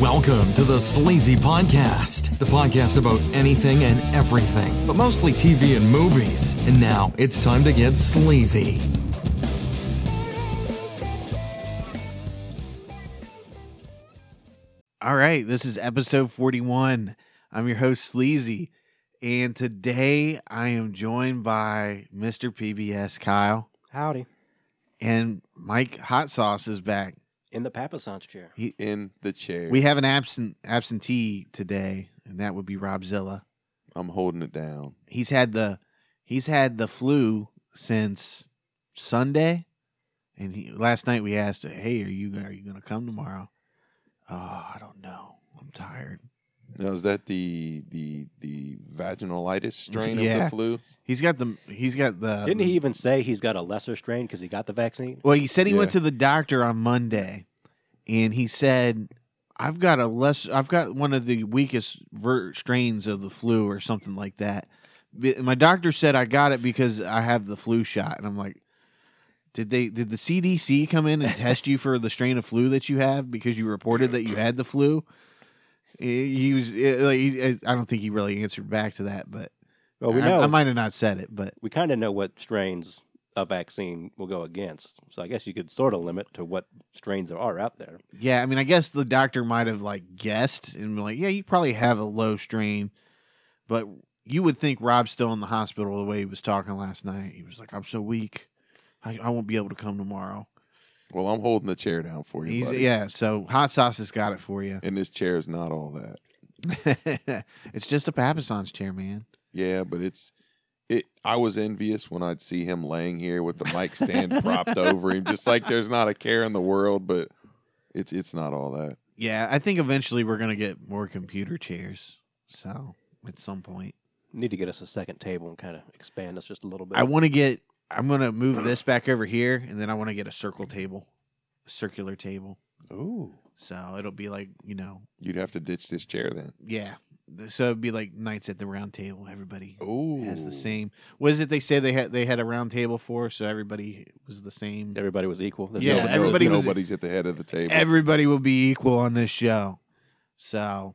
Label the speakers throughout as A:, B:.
A: Welcome to the Sleazy Podcast, the podcast about anything and everything, but mostly TV and movies. And now it's time to get sleazy.
B: All right, this is episode 41. I'm your host, Sleazy, and today I am joined by Mr. PBS Kyle
C: Howdy.
B: and Mike Hot Sauce is back.
C: In the Papasance chair.
D: in the chair.
B: We have an absent absentee today, and that would be Rob Zilla.
D: I'm holding it down.
B: He's had the he's had the flu since Sunday, and he, last night we asked, "Hey, are you are you going to come tomorrow?" Oh, I don't know. I'm tired.
D: Now is that the the the vaginalitis strain of
B: Yeah.
D: the flu?
B: He's got the he's got the
C: Didn't he even say he's got a lesser strain because he got the vaccine?
B: Well, he said he went
D: Yeah.
B: to the doctor on Monday, and he said, "I've got a less, I've got one of the weakest ver- strains of the flu, or something like that." B- My doctor said I got it because I have the flu shot, and I'm like, "Did they? Did the CDC come in and test you for the strain of flu that you have because you reported that you had the flu?" He he was eh, like, he- eh, I don't think he really answered back to that, but
C: Well, we
B: I-
C: know.
B: I might have not said it, but
C: we kind of know what strains a vaccine will go against. So I guess you could sort of limit to what strains there are out there.
B: Yeah, I mean, I guess the doctor might have like guessed and been like, yeah, you probably have a low strain, but you would think Rob's still in the hospital the way he was talking last night. He was like, I'm so weak, I, I won't be able to come tomorrow.
D: Well, I'm holding the chair down for you.
B: He's
D: buddy.
B: yeah, so hot sauce has got it for you.
D: And this chair is not all that.
B: it's just a Papasan's chair, man.
D: Yeah, but it's it. I was envious when I'd see him laying here with the mic stand propped over him, just like there's not a care in the world. But it's it's not all that.
B: Yeah, I think eventually we're gonna get more computer chairs. So at some point.
C: Need to get us a second table and kind of expand us just a little bit.
B: I want to get. I'm gonna move this back over here, and then I want to get a circle table, a circular table.
D: Ooh,
B: So it'll be like you know,
D: you'd have to ditch this chair then.
B: yeah. So it'd be like knights at the round table. Everybody
D: Ooh,
B: has the same. What is it they say they had? They had a round table for, so everybody was the same.
C: Everybody was equal. There's
B: Yeah,
C: nobody-
B: everybody was-
D: nobody's at the head of the table.
B: Everybody will be equal on this show. So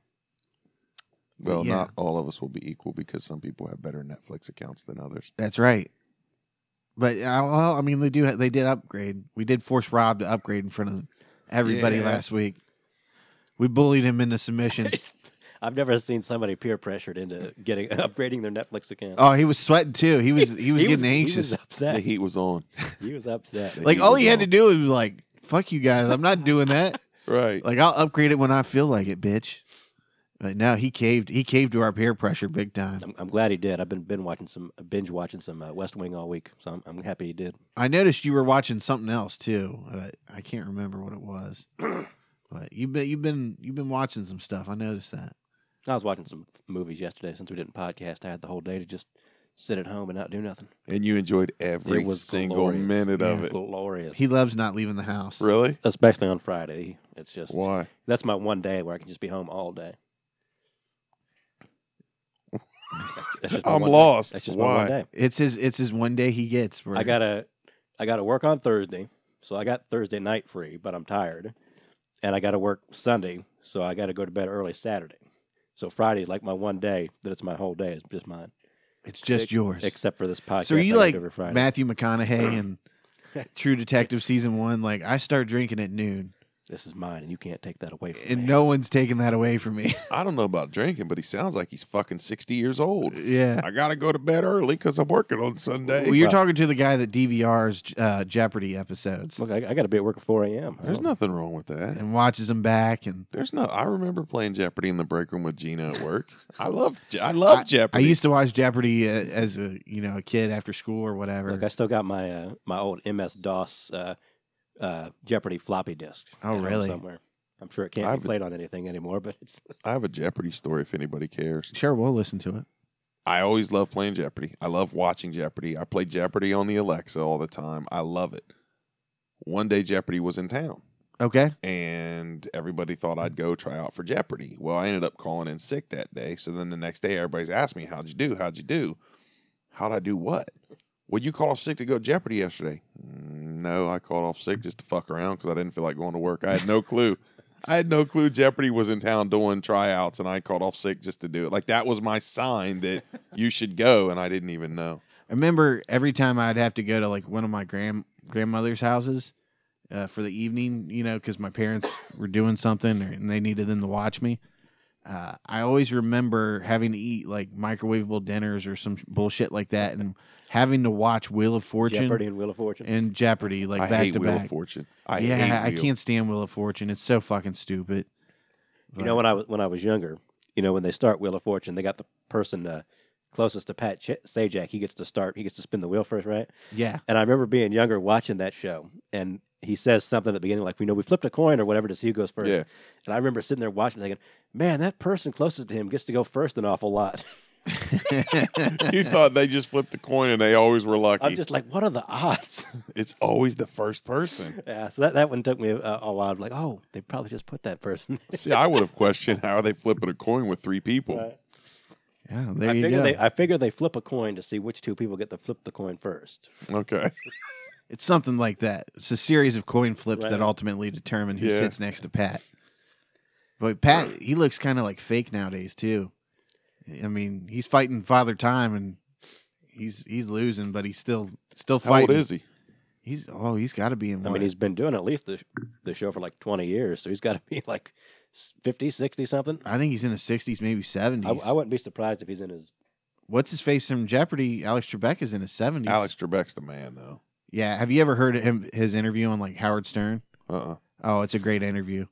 D: well,
B: yeah.
D: not all of us will be equal because some people have better Netflix accounts than others.
B: that's right. But uh, well, I mean, they do. They did upgrade. We did force Rob to upgrade in front of everybody
D: Yeah.
B: last week. We bullied him into submission.
C: I've never seen somebody peer pressured into getting upgrading their Netflix account.
B: Oh, he was sweating too. He was he was getting
C: He
B: anxious.
C: was
D: The
C: upset.
D: heat was on.
C: He was upset.
D: The
B: like
D: heat
B: all
D: was
B: he had to
D: on.
B: do was like, "Fuck you guys, I'm not doing that."
D: Right.
B: like I'll upgrade it when I feel like it, bitch. But no, he caved. He caved to our peer pressure big time.
C: I'm, I'm glad he did. I've been been watching some binge watching some uh, West Wing all week, so I'm, I'm happy he did.
B: I noticed you were watching something else too, but I can't remember what it was. but you've been you've been you've been watching some stuff. I noticed that.
C: I was watching some movies yesterday since we didn't podcast. I had the whole day to just sit at home and not do nothing.
D: And you enjoyed every
C: It was
D: single
C: glorious.
D: minute of
B: Yeah.
D: it.
C: Glorious,
B: He loves not leaving the house.
D: Really?
C: especially on Friday. It's just
D: Why?
C: that's my one day where I can just be home all day. That's just my
D: I'm
C: one day.
D: lost.
C: That's just my
D: Why?
C: one day.
B: It's his it's his one day he gets. Where
C: I gotta I gotta work on Thursday, so I got Thursday night free, but I'm tired, and I gotta work Sunday, so I gotta go to bed early Saturday. So Friday's like my one day that it's my whole day. It's just mine,
B: it's just
C: ex-
B: yours.
C: except for this podcast.
B: so are you
C: I
B: like
C: do every Friday.
B: Matthew McConaughey and True Detective season one? Like I start drinking at noon,
C: this is mine, and you can't take that away from me.
B: and no one's taking that away from me.
D: I don't know about drinking, but he sounds like he's fucking 60 years old.
B: yeah.
D: I got to go to bed early because I'm working on Sunday.
B: Well, you're
C: Right.
B: talking to the guy that DVRs uh, Jeopardy episodes
C: Look, I, I got to be at work at 4 a.m. I
D: There's
C: don't-
D: nothing wrong with that.
B: and watches them back. And
D: There's no. I remember playing Jeopardy in the break room with Gina at work. I love. Je- I love
B: I
D: Jeopardy.
B: used to watch Jeopardy uh, as a you know a kid after school or whatever.
C: Look, I still got my uh, my old MS DOS uh, uh, Jeopardy floppy disk.
B: Oh,
C: at home
B: really?
C: Somewhere. I'm sure it can't
D: I've-
C: be played on anything anymore, but it's
D: I have a Jeopardy story if anybody cares.
B: sure, we'll listen to it.
D: I always love playing Jeopardy. I love watching Jeopardy. I play Jeopardy on the Alexa all the time. I love it. One day Jeopardy was in town.
B: Okay.
D: and everybody thought
B: Mm-hmm.
D: I'd go try out for Jeopardy. Well, I ended up calling in sick that day. So then the next day, everybody's asked me, How'd you do? How'd you do? How'd I do what? Well, you called off sick to go Jeopardy yesterday. "Mm, No, I called off sick just to fuck around because I didn't feel like going to work. I had no clue. I had no clue Jeopardy was in town doing tryouts, and I called off sick just to do it. Like that was my sign that you should go, and I didn't even know.
B: I remember every time I'd have to go to like one of my grand grandmother's houses uh, for the evening, you know, because my parents were doing something or, and they needed them to watch me. Uh, I always remember having to eat like microwavable dinners or some bullshit like that, and having to watch Wheel of Fortune
C: Jeopardy and Wheel of Fortune.
B: and Jeopardy like
D: I
B: back
D: hate
B: to
D: Wheel
B: back.
D: of Fortune. I hate
B: yeah, I
D: Wheel.
B: can't stand Wheel of Fortune. It's so fucking stupid.
C: You know, when I was when I was younger, you know, when they start Wheel of Fortune, they got the person uh, closest to Pat Ch- Sajak. He gets to start. He gets to spin the wheel first, right?
B: Yeah,
C: And I remember being younger watching that show, and he says something at the beginning, like, "We know we flipped a coin or whatever." Does who goes first?
D: Yeah.
C: And I remember sitting there watching, thinking, "Man, that person closest to him gets to go first an awful lot."
D: You thought they just flipped the coin, and they always were lucky.
C: I'm just like, "What are the odds?"
D: it's always the first person.
C: yeah. So that, that one took me a, a while. I'm like, "Oh, they probably just put that person."
D: See, I would have questioned how are they flipping a coin with three people.
C: Right.
B: yeah. There
C: I
B: you
C: figure
B: go.
C: they I figure they flip a coin to see which two people get to flip the coin first.
D: Okay,
B: It's something like that. It's a series of coin flips
C: Right.
B: that ultimately determine who
D: Yeah.
B: sits next to Pat. But Pat, he looks kind of like fake nowadays too. I mean, he's fighting Father Time, and he's he's losing, but he's still still
D: how
B: fighting.
D: old is he?
B: He's oh, he's got to be in.
C: I
B: what?
C: mean, he's been doing at least the, the show for like 20 years, so he's got to be like s- 50, 60 something.
B: I think he's in his sixties, maybe
C: I,
B: seventies.
C: I wouldn't be surprised if he's in his.
B: What's his face from Jeopardy? Alex Trebek is in his seventies.
D: Alex Trebek's the man, though.
B: yeah. Have you ever heard of him his interview on like Howard Stern?
D: Uh, uh
B: Oh, it's a great interview.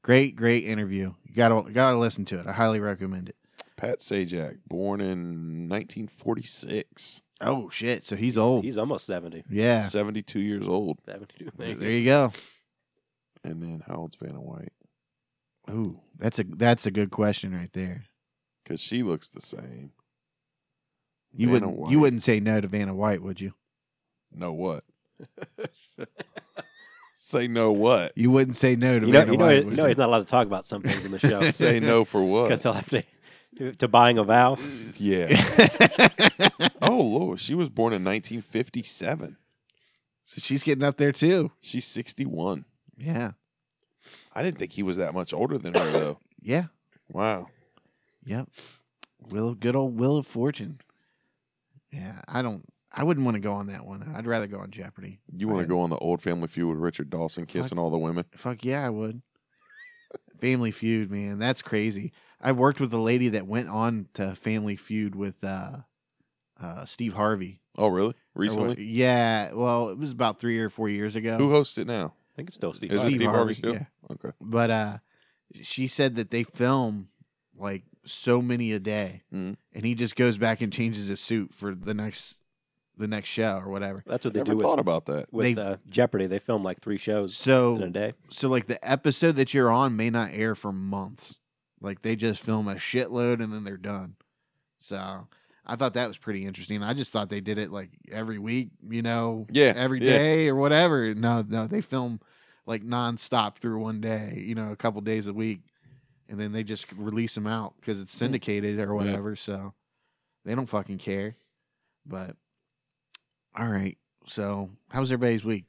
B: Great, great interview. You gotta gotta listen to it. I highly recommend it.
D: Pat Sajak, born in 1946,
B: Oh shit! So he's old.
C: He's almost 70.
B: yeah.
D: 72 years old.
C: 72.
B: There
C: maybe.
B: you go.
D: And then how old's Vanna White?
B: Ooh, that's a that's a good question right there.
D: Because she looks the same.
B: You
D: Vanna
B: wouldn't
D: White.
B: you wouldn't say no to Vanna White, would you?
D: know what? Say no what?
B: You wouldn't say no to
C: You know,
B: Vanna
C: you know,
B: White.
C: you
B: would
C: know
B: you?
C: he's not allowed to talk about some things in the show
D: Say no for
C: because he'll
D: what?
C: have to, to to buying a vow.
D: Yeah. oh Lord, she was born in 1957.
B: so she's getting up there too.
D: She's 61.
B: Yeah,
D: I didn't think he was that much older than her though.
B: yeah,
D: Wow.
B: yep. Will good old Will of Fortune. Yeah, I don't. I wouldn't want to go on that one. I'd rather go on Jeopardy.
D: You want to
B: Okay.
D: go on the old family feud with Richard Dawson kissing all the women?
B: Fuck yeah, I would. Family Feud, man, that's crazy. I worked with a lady that went on to Family Feud with uh, uh, Steve Harvey.
D: Oh
B: Or
D: really?
B: what-
D: Recently?
B: yeah. Well, it was about three or four years ago.
D: Who hosts it now?
C: I think it's still Steve.
D: Is it
C: Harvey.
D: Steve Harvey still?
B: Yeah.
D: Okay.
B: But uh, she said that they film like so many a day,
D: Mhm.
B: and he just goes back and changes his suit for the next the next show or whatever.
C: That's what they
D: Never
C: do
D: thought
C: with,
D: about that.
C: with
B: They-
C: uh, Jeopardy. They film like three shows in a
B: So
C: day.
B: so like the episode that you're on may not air for months. Like they just film a shitload and then they're done. So I thought that was pretty interesting. I just thought they did it like every week, you know,
D: Yeah,
B: every
D: yeah.
B: day or whatever. No, no, they film like nonstop through one day, you know, a couple days a week, and then they just release them out because
D: Mm.
B: it's syndicated or whatever. So they don't fucking care. But all right, so how was everybody's week?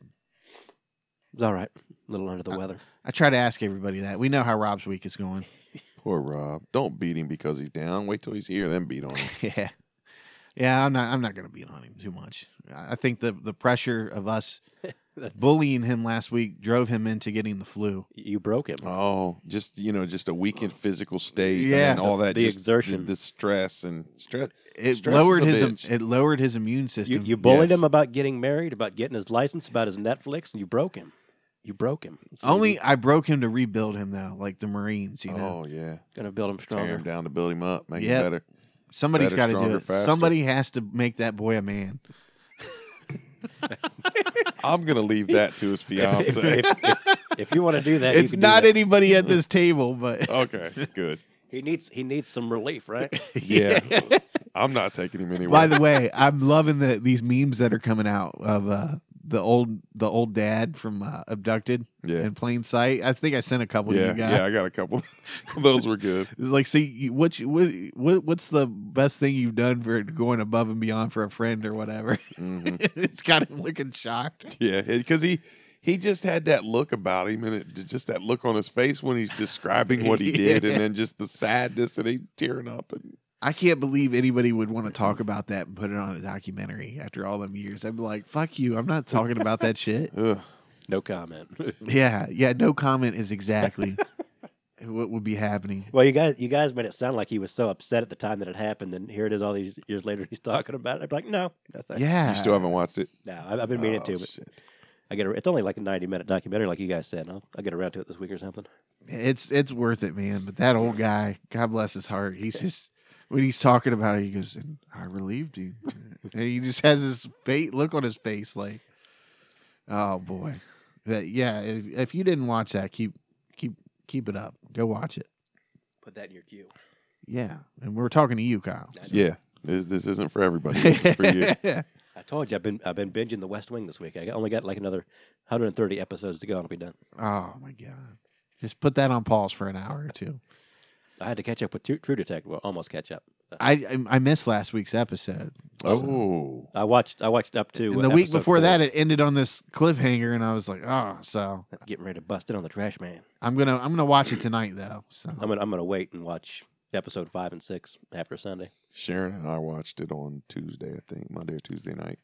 C: It's all right. A little under the
B: Uh,
C: weather.
B: I try to ask everybody that. We know how Rob's week is going.
D: Poor Rob. Don't beat him because he's down. Wait till he's here, then beat on him.
B: yeah, yeah. I'm not. I'm not going to beat on him too much. I I think the the pressure of us bullying him last week drove him into getting the flu.
C: You broke him.
D: Oh, just you know, just a weakened physical state,
B: Yeah.
D: and then all that
C: The
D: just-
C: exertion.
D: the, the stress and stress.
B: It
D: Stress is
B: lowered
D: a
B: his
D: bitch.
B: it lowered his immune system.
C: You, you bullied
D: Yes.
C: him about getting married, about getting his license, about his Netflix, and you broke him. You broke him. So
B: Only
C: you're
B: I broke him to rebuild him though, like the Marines. You know,
D: Oh yeah,
C: gonna build him
D: tear
C: stronger.
D: him down to build him up, make
B: Yep.
D: him better.
B: somebody's got
D: better,
B: to do
D: stronger,
B: it.
D: faster.
B: Somebody has to make that boy a man.
D: I'm gonna leave that to his
C: If,
D: fiance.
C: if- if- if you want to do that, you
B: it's
C: can do
B: not
C: that.
B: anybody at this table, but
D: okay, good.
C: He needs he needs some relief, right?
D: Yeah, I'm not taking him anywhere.
B: By the way, I'm loving the these memes that are coming out of uh, the old the old dad from uh, Abducted
D: Yeah.
B: in Plain Sight. I think I sent a couple to
D: yeah,
B: you guys.
D: yeah, I got a couple. Those were good.
B: It's like, see, you- what, you- what, what, what's the best thing you've done for going above and beyond for a friend or whatever?
D: Mhm.
B: it's got him looking shocked.
D: Yeah, because he He just had that look about him, and it, just that look on his face when he's describing what he did, and then just the sadness and he tearing up. And
B: I can't believe anybody would want to talk about that and put it on a documentary after all them years. I'd be like, fuck you. I'm not talking about that shit.
D: ugh.
C: No comment.
B: Yeah. Yeah. No comment is exactly what would be happening.
C: well, you guys, you guys made it sound like he was so upset at the time that it happened, and here it is all these years later. He's talking about it. I'm like, no, no, thanks.
B: Yeah.
D: you still haven't watched it.
C: no. I- I've been meaning
D: Oh,
C: to, but
D: shit.
C: I get a, it's only like a 90 minute documentary, like you guys said. and I'll, I'll get around to it this week or something.
B: It's it's worth it, man. But that old guy, God bless his heart, he's just when he's talking about it, he goes, "And "I relieved you," and he just has this fate look on his face, like, "Oh boy." But yeah, if, if you didn't watch that, keep keep keep it up. Go watch it.
C: Put that in your queue.
B: Yeah, and we're talking to you, Kyle.
D: Yeah, this, this isn't for everybody. This is for you.
C: I told you I've been I've been binging The West Wing this week. I got- only got like another 130 episodes to go, and I'll be done.
B: oh my god, just put that on pause for an hour or two.
C: I had to catch up with True, True Detective. Well, almost catch up.
B: I I- I missed last week's episode.
D: Oh,
C: I watched I watched up to
B: And the week
C: episode
B: before
C: four.
B: that, it ended on this cliffhanger, and I was like, oh, so
C: getting ready to bust it on the trash man.
B: I'm gonna I'm gonna watch it tonight though. So
C: I'm gonna I'm gonna wait and watch episode five and six after Sunday.
D: Sharon and I watched it on Tuesday, I think, Monday or Tuesday night.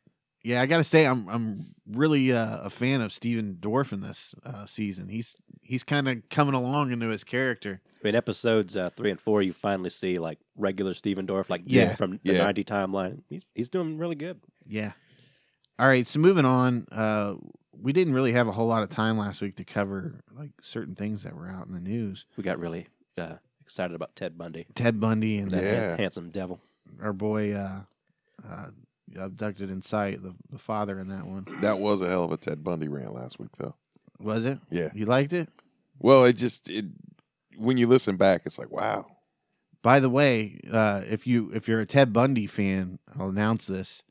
B: yeah, I gotta say I'm I'm really uh, a fan of Steven Dorff in this uh, season. He's he's kind of coming along into his character.
C: In episodes uh, three and four, you finally see like regular Steven Dorff, like
B: Yeah,
C: yeah, from the
D: yeah.
C: ninety timeline. He's he's doing really good.
B: Yeah. All right. So moving on, uh, we didn't really have a whole lot of time last week to cover like certain things that were out in the news.
C: We got really uh, excited about Ted Bundy,
B: Ted Bundy and
C: that
D: Yeah.
C: han- handsome devil.
B: our boy uh, uh, abducted in sight, the, the father in that one.
D: That was a hell of a Ted Bundy rant last week, though.
B: Was it?
D: Yeah.
B: You liked it?
D: Well, it just it when you listen back, it's like wow.
B: By the way, uh, if you if you're a Ted Bundy fan, I'll announce this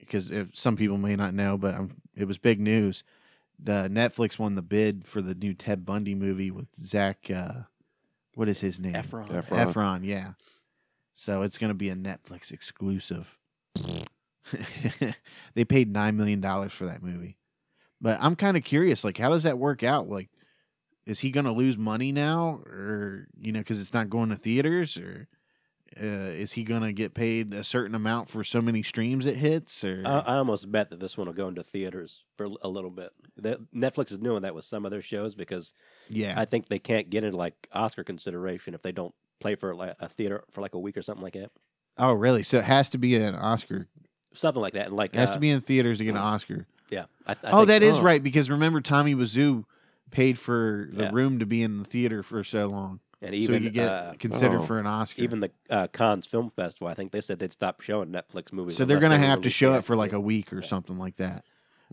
B: because if some people may not know, but i it was big news. The Netflix won the bid for the new Ted Bundy movie with Zach. Uh, what is his name?
C: Efron.
D: Efron.
B: Mm, Efron. Yeah. So it's going to be a Netflix exclusive. they paid nine million dollars for that movie, but I'm kind of curious. Like, how does that work out? Like, is he going to lose money now, or you know, because it's not going to theaters, or uh, is he going to get paid a certain amount for so many streams it hits? Or
C: Uh, I, I almost bet that this one will go into theaters for a little bit. That Netflix is doing that with some of their shows because
B: yeah,
C: I think they can't get into like Oscar consideration if they don't play for like, a theater for like a week or something like that.
B: oh really? So it has to be an Oscar.
C: Something like that. And like
B: It has
C: uh,
B: to be in theaters to get an Oscar.
C: Yeah. I, th- I
B: oh,
C: think-
B: that is
D: oh.
B: right. Because remember, Tommy Wiseau paid for the
C: Yeah.
B: room to be in the theater for so long,
C: And
B: so he
C: even
B: could get
C: uh,
B: considered
D: oh.
B: for an Oscar.
C: even the uh, Cannes Film Festival, I think they said they'd stop showing Netflix movies.
B: so they're
C: unless
B: gonna
C: they
B: have to
C: released
B: show
C: the
B: it for like a
C: actual-
B: week or something like that.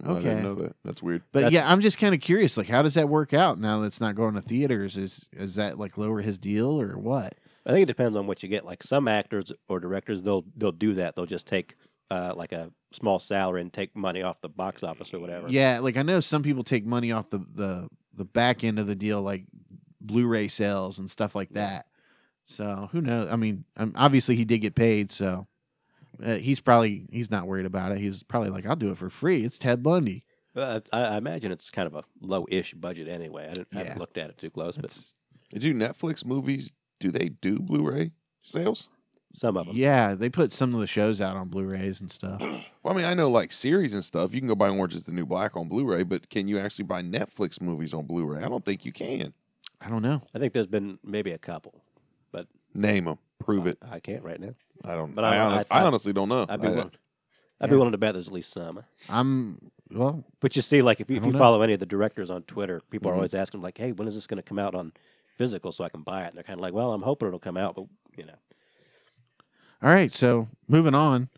D: I
B: Okay.
D: didn't know that. That's weird.
B: But
C: That's-
B: yeah, I'm just kind of curious. Like, how does that work out now that's not going to theaters? Is is that like lower his deal or what?
C: I think it depends on what you get. Like some actors or directors, they'll they'll do that. They'll just take uh, like a small salary and take money off the box office or whatever.
B: Yeah, like I know some people take money off the the the back end of the deal, like Blu-ray sales and stuff like that. So who knows? I mean, um, obviously he did get paid, so uh, he's probably he's not worried about it. He was probably like, "I'll do it for free." It's Ted Bundy.
C: Uh, I, I imagine it's kind of a low-ish budget anyway. I, didn't,
B: Yeah.
C: I haven't looked at it too close, but
B: It's-
D: Did you Netflix movies? Do they do Blu-ray sales?
C: some of them.
B: yeah, they put some of the shows out on Blu-rays and stuff.
D: Well, I mean, I know like series and stuff. You can go buy Orange Is the New Black on Blu-ray, but can you actually buy Netflix movies on Blu-ray? I don't think you can.
B: I don't know.
C: I think there's been maybe a couple.
D: Name them. Prove it.
C: I can't right now.
D: I don't.
C: But
D: But
C: I-
D: I,
C: I-
D: honest,
C: I-
D: I honestly don't know.
C: I'd be
D: I-
C: willing. I'd be
B: Yeah.
C: willing to bet there's at least some.
B: I'm well.
C: But you see, like if you,
B: I
C: if
B: don't
C: you
B: know. Mm-hmm.
C: follow any of the directors on Twitter, people are
D: Mhm.
C: always asking like, "Hey, when is this going to come out on physical so I can buy it?" And they're kind of like, "Well, I'm hoping it'll come out, but you know,
B: All right, so moving on.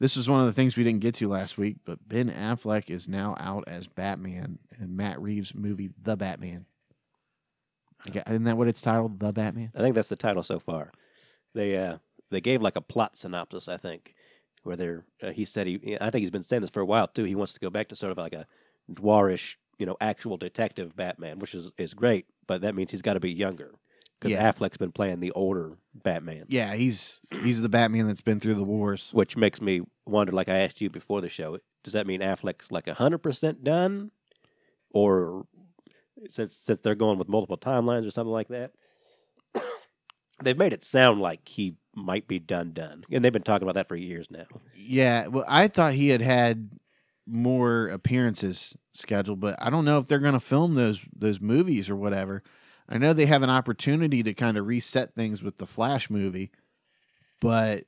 B: This was one of the things we didn't get to last week, but Ben Affleck is now out as Batman in Matt Reeves' movie The Batman. I got- Isn't that what it's titled, The Batman?
C: I think that's the title so far." They uh they gave like a plot synopsis, I think, where they're uh, he said he I think he's been saying this for a while too. He wants to go back to sort of like a dwarish, you know, actual detective Batman, which is is great, but that means he's got to be younger because
B: Yeah.
C: Affleck's been playing the older Batman.
B: Yeah, he's he's the Batman that's been through the wars.
C: which makes me wonder like i asked you before the show does that mean affleck's like 100% done or since since they're going with multiple timelines or something like that, they've made it sound like he might be done done, and they've been talking about that for years now.
B: Yeah, well, I thought he had had more appearances scheduled, but I don't know if they're going to film those those movies or whatever. I know they have an opportunity to kind of reset things with the Flash movie, but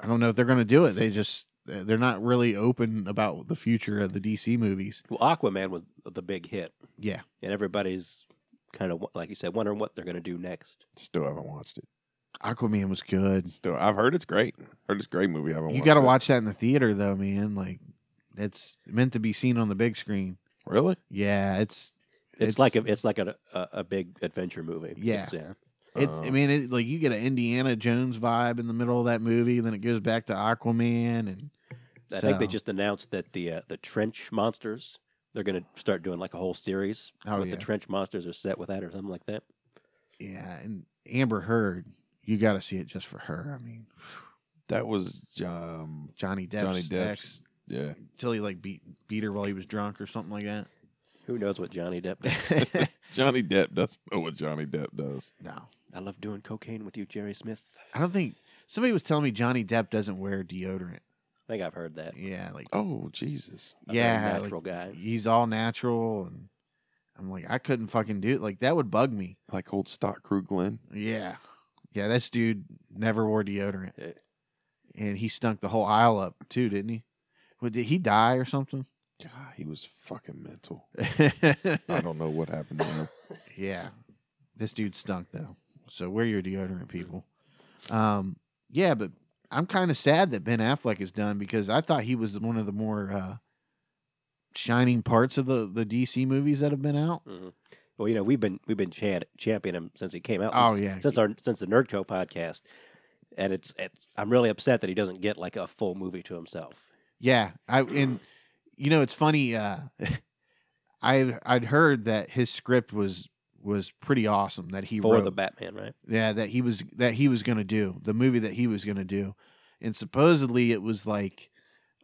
B: I don't know if they're going to do it. They just they're not really open about the future of the DC movies.
C: Well, Aquaman was the big hit,
B: Yeah,
C: and everybody's kind of like you said, wondering what they're going to do next.
D: Still haven't watched it.
B: Aquaman was good.
D: Still, I've heard it's great. Heard it's a great movie. I haven't.
B: You
D: watched
B: got to
D: it.
B: watch that in the theater though, man. Like it's meant to be seen on the big screen.
D: Really?
B: Yeah, it's
C: It's, like a, it's like a, a a big adventure movie.
B: Yeah.
C: It's, yeah.
B: It,
D: Uh,
C: Um,
B: I mean, it, like you get an Indiana Jones vibe in the middle of that movie, then it goes back to Aquaman, and
C: I think they
B: so-
C: just announced that the uh, the trench monsters they're going to start doing like a whole series.
B: Oh,
C: with
B: yeah.
C: the trench monsters are set with that or something like that.
B: yeah, and Amber Heard, you got to see it just for her. I mean,
D: That was um,
B: Johnny Depp's
D: Johnny Depp's.
B: ex,
D: yeah.
B: till he like beat beat her while he was drunk or something like that.
C: Who knows what Johnny Depp? did.
D: Johnny Depp doesn't know what Johnny Depp does.
B: No,
C: I love doing cocaine with you, Jerry Smith.
B: I don't think somebody was telling me Johnny Depp doesn't wear deodorant.
C: I think I've heard that.
B: Yeah, like
D: Oh Jesus!
C: A very
B: yeah, like,
C: natural guy.
B: he's all natural, and I'm like, I couldn't fucking do it. Like that would bug me.
D: Like old stock crew Glenn.
B: Yeah, yeah, this dude never wore deodorant.
C: Yeah.
B: and he stunk the whole aisle up too, didn't he? Well, did he die or something?
D: God, he was fucking mental. I don't know what happened to him.
B: yeah, this dude stunk though. So wear your deodorant, people. Um, yeah, but I'm kind of sad that Ben Affleck is done because I thought he was one of the more uh, shining parts of the the DC movies that have been out.
C: Mhm. Well, you know we've been we've been chan- championing him since he came out.
B: Oh,
C: since-
B: yeah.
C: since our since the Nerdco podcast, and it's, it's I'm really upset that he doesn't get like a full movie to himself.
B: Yeah, I and you know it's funny. Uh, I I'd heard that his script was was pretty awesome that he
C: for
B: wrote.
C: the Batman, right?
B: yeah that he was that he was going to do the movie that he was going to do and supposedly it was like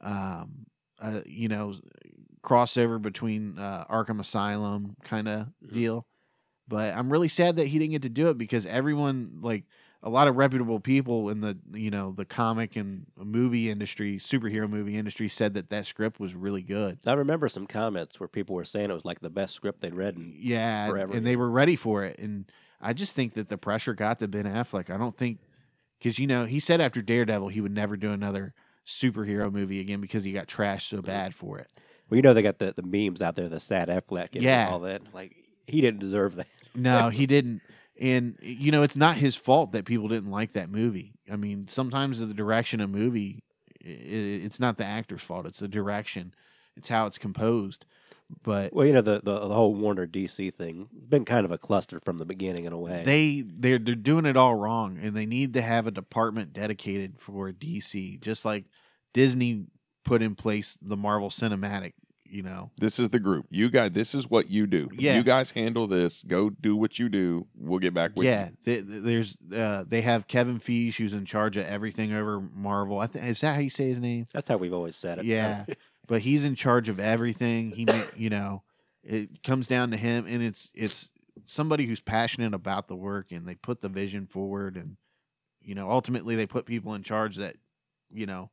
B: um uh you know crossover between uh arkham asylum kind of deal but i'm really sad that he didn't get to do it because everyone like a lot of reputable people in the you know the comic and movie industry superhero movie industry said that that script was really good
C: I remember some comments where people were saying it was like the best script they'd read in
B: yeah,
C: forever,
B: and
C: yeah.
B: they were ready for it. And I just think that the pressure got to Ben Affleck. I don't think because you know he said after Daredevil he would never do another superhero movie again because he got trashed so bad for it.
C: Well, you know they got the, the memes out there, the sad Affleck, and
B: Yeah.
C: all that. Like he didn't deserve that.
B: No, he didn't. And you know it's not his fault that people didn't like that movie. I mean, sometimes the direction of movie, i- i it's not the actor's fault. It's the direction. It's how it's composed. But
C: Well, you know the, the the whole Warner DC thing been kind of a cluster from the beginning in a way.
B: They they're they're doing it all wrong, and they need to have a department dedicated for DC, just like Disney put in place the Marvel Cinematic. You know,
D: This is the group. You guys. This is what you do.
B: Yeah.
D: You guys handle this. Go do what you do. We'll get back with
B: yeah.
D: you.
B: th- th- there's uh, they have Kevin Feige who's in charge of everything over Marvel. I think is that how you say his name?
C: That's how we've always said it.
B: Yeah, but he's in charge of everything. He, ma- you know, it comes down to him, and it's it's somebody who's passionate about the work, and they put the vision forward, and you know, ultimately they put people in charge that, you know,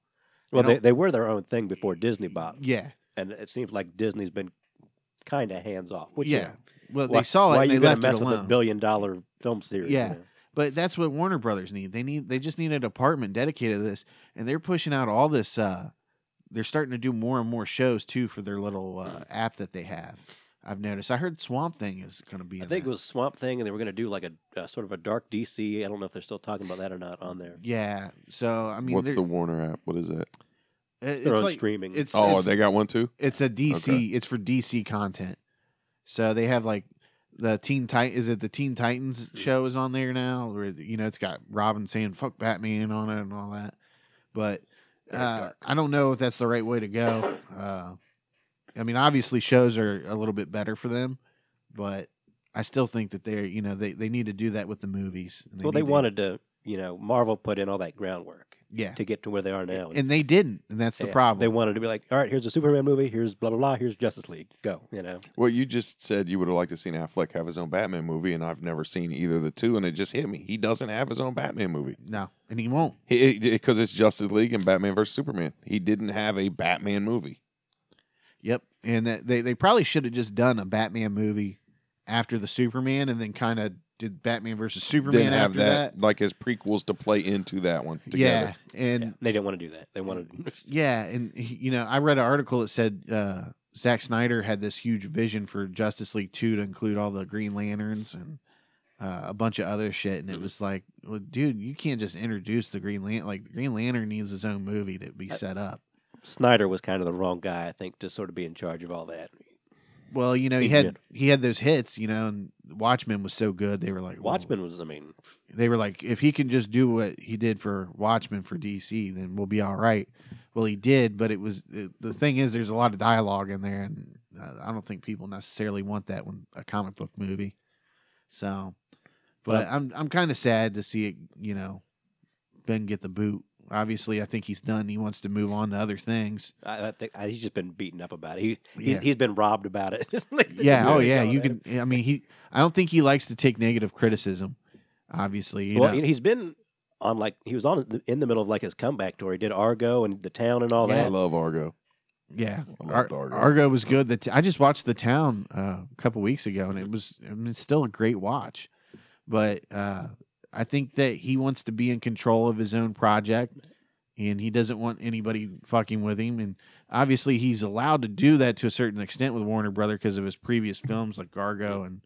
C: Well,
B: They
C: they,
B: don't-
C: they were their own thing before Disney bought, 'em.
B: yeah,
C: and it seems like Disney's been kind of hands off. Which
B: yeah.
C: you know,
B: Well,
C: why-
B: they saw it
C: Why
B: and
C: you
B: they
C: gonna
B: left
C: mess
B: it
C: with
B: alone.
C: a billion dollar film series? you
B: Yeah.
C: know?
B: But that's what Warner Brothers need. They need they just need a department dedicated to this, and they're pushing out all this. uh They're starting to do more and more shows too for their little uh, app that they have. I've noticed. I heard Swamp Thing is going to be.
C: I
B: in
C: think it
B: that.
C: was Swamp Thing, and they were going to do like a, a sort of a dark DC. I don't know if they're still talking about that or not on there.
B: Yeah. So I mean,
D: What's
B: they're-
D: the Warner app? What is that?
B: it- it's
C: Their own
B: like
C: streaming.
B: it's
D: Oh,
B: it's,
D: they got one too.
B: it's a DC.
D: Okay.
B: It's for DC content. So they have like the Teen Titan. Is it the Teen Titans show is on there now? Where you know it's got Robin saying "fuck Batman" on it and all that. But
C: Very
B: uh,
C: dark.
B: I don't know if that's the right way to go. Uh, I mean, obviously shows are a little bit better for them, but I still think that they're you know they, they need to do that with the movies. And
C: well, they
B: need to-
C: wanted to, you know, Marvel put in all that groundwork,
B: Yeah.
C: to get to where they are now.
B: And they didn't, and that's the
C: Yeah.
B: problem.
C: They wanted to be like, all right, here's a Superman movie, here's blah blah blah, here's Justice League, go. You know,
D: Well, you just said you would have liked to seen Affleck have his own Batman movie, and I've never seen either of the two, and it just hit me. He doesn't have his own Batman movie
B: no, and he won't.
D: because it's Justice League and Batman versus Superman. He didn't have a Batman movie.
B: Yep. And that they, they probably should have just done a Batman movie after the Superman and then kind of did Batman versus Superman
D: didn't have
B: after that.
D: that, like his prequels to play into that one
B: Yeah.
D: together.
B: And
C: Yeah. they didn't want to do that. They wanted,
B: Yeah, and he- you know, I read an article that said uh, Zack Snyder had this huge vision for Justice League Two to include all the Green Lanterns and uh, a bunch of other shit, and it was like, well, dude, you can't just introduce the Green Lantern. Like, the Green Lantern needs his own movie to
D: Uh,
B: be set up.
C: Snyder was kind of the wrong guy, I think, to sort of be in charge of all that.
B: Well, you know, he
C: He
B: had
C: did.
B: he had those hits, you know, and Watchmen was so good. They were like, well,
C: Watchmen was, I mean,
B: They were like, if he can just do what he did for Watchmen for DC, then we'll be all right. Well, he did, but it was it, the thing is, there's a lot of dialogue in there, and uh, I don't think people necessarily want that when a comic book movie. So, but
C: Well-
B: I'm I'm kind of sad to see it. You know, Ben get the boot. Obviously, I think he's done. He wants to move on to other things.
C: I, I think I, he's just been beaten up about it. He,
B: Yeah.
C: he he's been robbed about it.
B: Yeah. Oh, yeah.
C: All
B: You
C: that.
B: can. I mean, he. I don't think he likes to take negative criticism. Obviously, you
C: well,
B: know.
C: you know, he's been on like he was on the, in the middle of like his comeback tour. He did Argo and the town and all
B: Oh, Yeah.
D: I
C: that.
D: love Argo.
B: Yeah,
D: I
B: Ar-
D: loved Argo.
B: Argo. was good. The t- I just watched The Town uh, a couple weeks ago, and it was I mean, it's still a great watch. But uh, I think that he wants to be in control of his own project, and he doesn't want anybody fucking with him. And obviously, he's allowed to do that to a certain extent with Warner Brother because of his previous films like Gargo and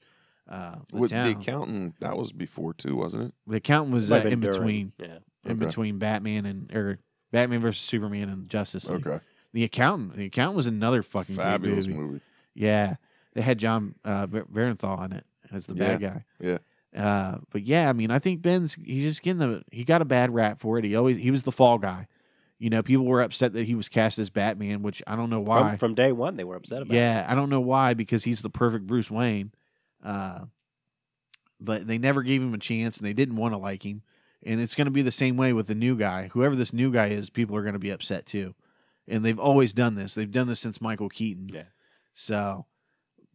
B: uh, The
D: With
B: Town.
D: the accountant, that was before too, wasn't it?
B: the Accountant was uh,
C: Might have
B: in
C: been during.
B: between,
C: Yeah.
B: in
D: Okay.
B: between Batman and or Batman versus Superman and Justice League.
D: Okay,
B: The Accountant, The Accountant was another fucking great
D: fabulous
B: movie.
D: movie.
B: Yeah, they had John uh, Ber- Barenthal on it as the bad guy.
D: yeah.
B: Uh, but yeah, I mean, I think Ben's he's just getting the he got a bad rap for it. He always he was the fall guy. You know, people were upset that he was cast as Batman, which I don't know why.
C: From, from day one, they were upset about it.
B: yeah, I don't know why because he's the perfect Bruce Wayne. Uh, but they never gave him a chance, and they didn't want to like him. And it's going to be the same way with the new guy. Whoever this new guy is, people are going to be upset too. And they've always done this. They've done this since Michael Keaton.
C: Yeah.
B: So,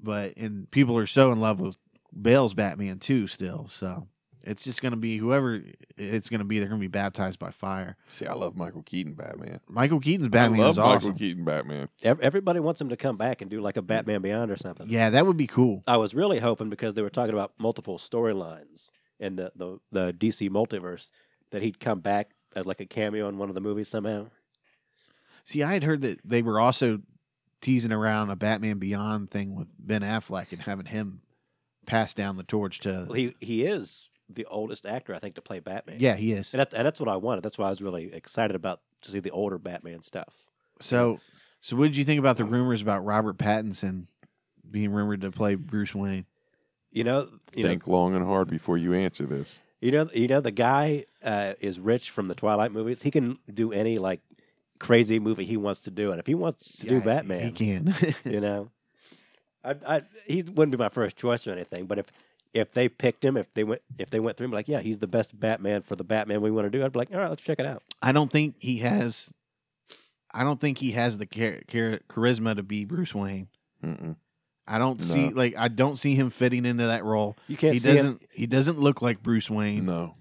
B: but and people are so in love with Bale's Batman too still. So it's just going to be whoever it's going to be. They're going to be baptized by fire.
D: See, I love Michael Keaton Batman.
B: Michael Keaton's Batman
D: I love
B: is
D: Michael
B: awesome.
D: Keaton Batman.
C: Ev- Everybody wants him to come back and do like a Batman Beyond or something.
B: Yeah, that would be cool.
C: I was really hoping because they were talking about multiple storylines in the, the the DC multiverse that he'd come back as like a cameo in one of the movies somehow.
B: See, I had heard that they were also teasing around a Batman Beyond thing with Ben Affleck and having him pass down the torch to.
C: Well, he he is the oldest actor I think to play Batman.
B: yeah, he is.
C: and that's and that's what I wanted. That's why I was really excited about to see the older Batman stuff.
B: So, so what did you think about the rumors about Robert Pattinson being rumored to play Bruce Wayne?
C: You know, you know,
D: Think long and hard before you answer this.
C: You know, you know the guy uh, is rich from the Twilight movies. He can do any like crazy movie he wants to do, and if he wants to do
B: Yeah,
C: Batman,
B: He can.
C: You know, I, I he wouldn't be my first choice or anything, but if if they picked him, if they went if they went through him, like yeah, he's the best Batman for the Batman we want to do. I'd be like, all right, let's check it out.
B: I don't think he has. I don't think he has the char- char- charisma to be Bruce Wayne.
D: Mm-mm.
B: I don't see
D: No.
B: like I don't see him fitting into that role.
C: You can't
B: he
C: see him.
B: doesn't. He doesn't look like Bruce Wayne,
D: No,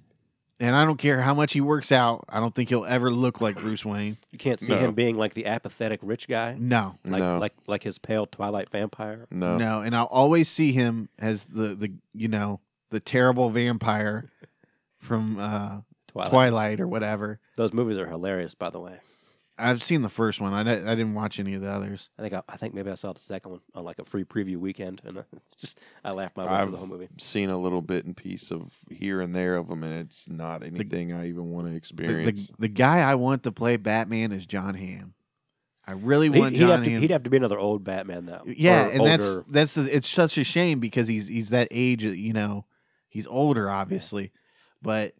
B: and I don't care how much he works out. I don't think he'll ever look like Bruce Wayne.
C: You can't see
D: No.
C: him being like the apathetic rich guy,
B: No,
C: like
D: no,
C: like like his pale Twilight vampire.
D: no.
B: no, and I'll always see him as the the you know the terrible vampire from uh,
C: Twilight.
B: Twilight or whatever.
C: Those movies are hilarious, by the way.
B: I've seen the first one. I, di- I didn't watch any of the others.
C: I think I, I think maybe I saw the second one on like a free preview weekend, and I, it's just I laughed my way through
D: I've
C: the whole movie.
D: seen a little bit and piece of here and there of them, and it's not anything I even want
B: The,
D: to
B: the-
D: experience.
B: the guy I want to play Batman is John Hamm. I really
C: He,
B: want
C: would
B: John
C: have to,
B: Hamm.
C: he'd have to be another old Batman though.
B: Yeah,
C: or
B: and that's
C: older.
B: that's the, it's such a shame because he's he's that age, you know, he's older obviously, but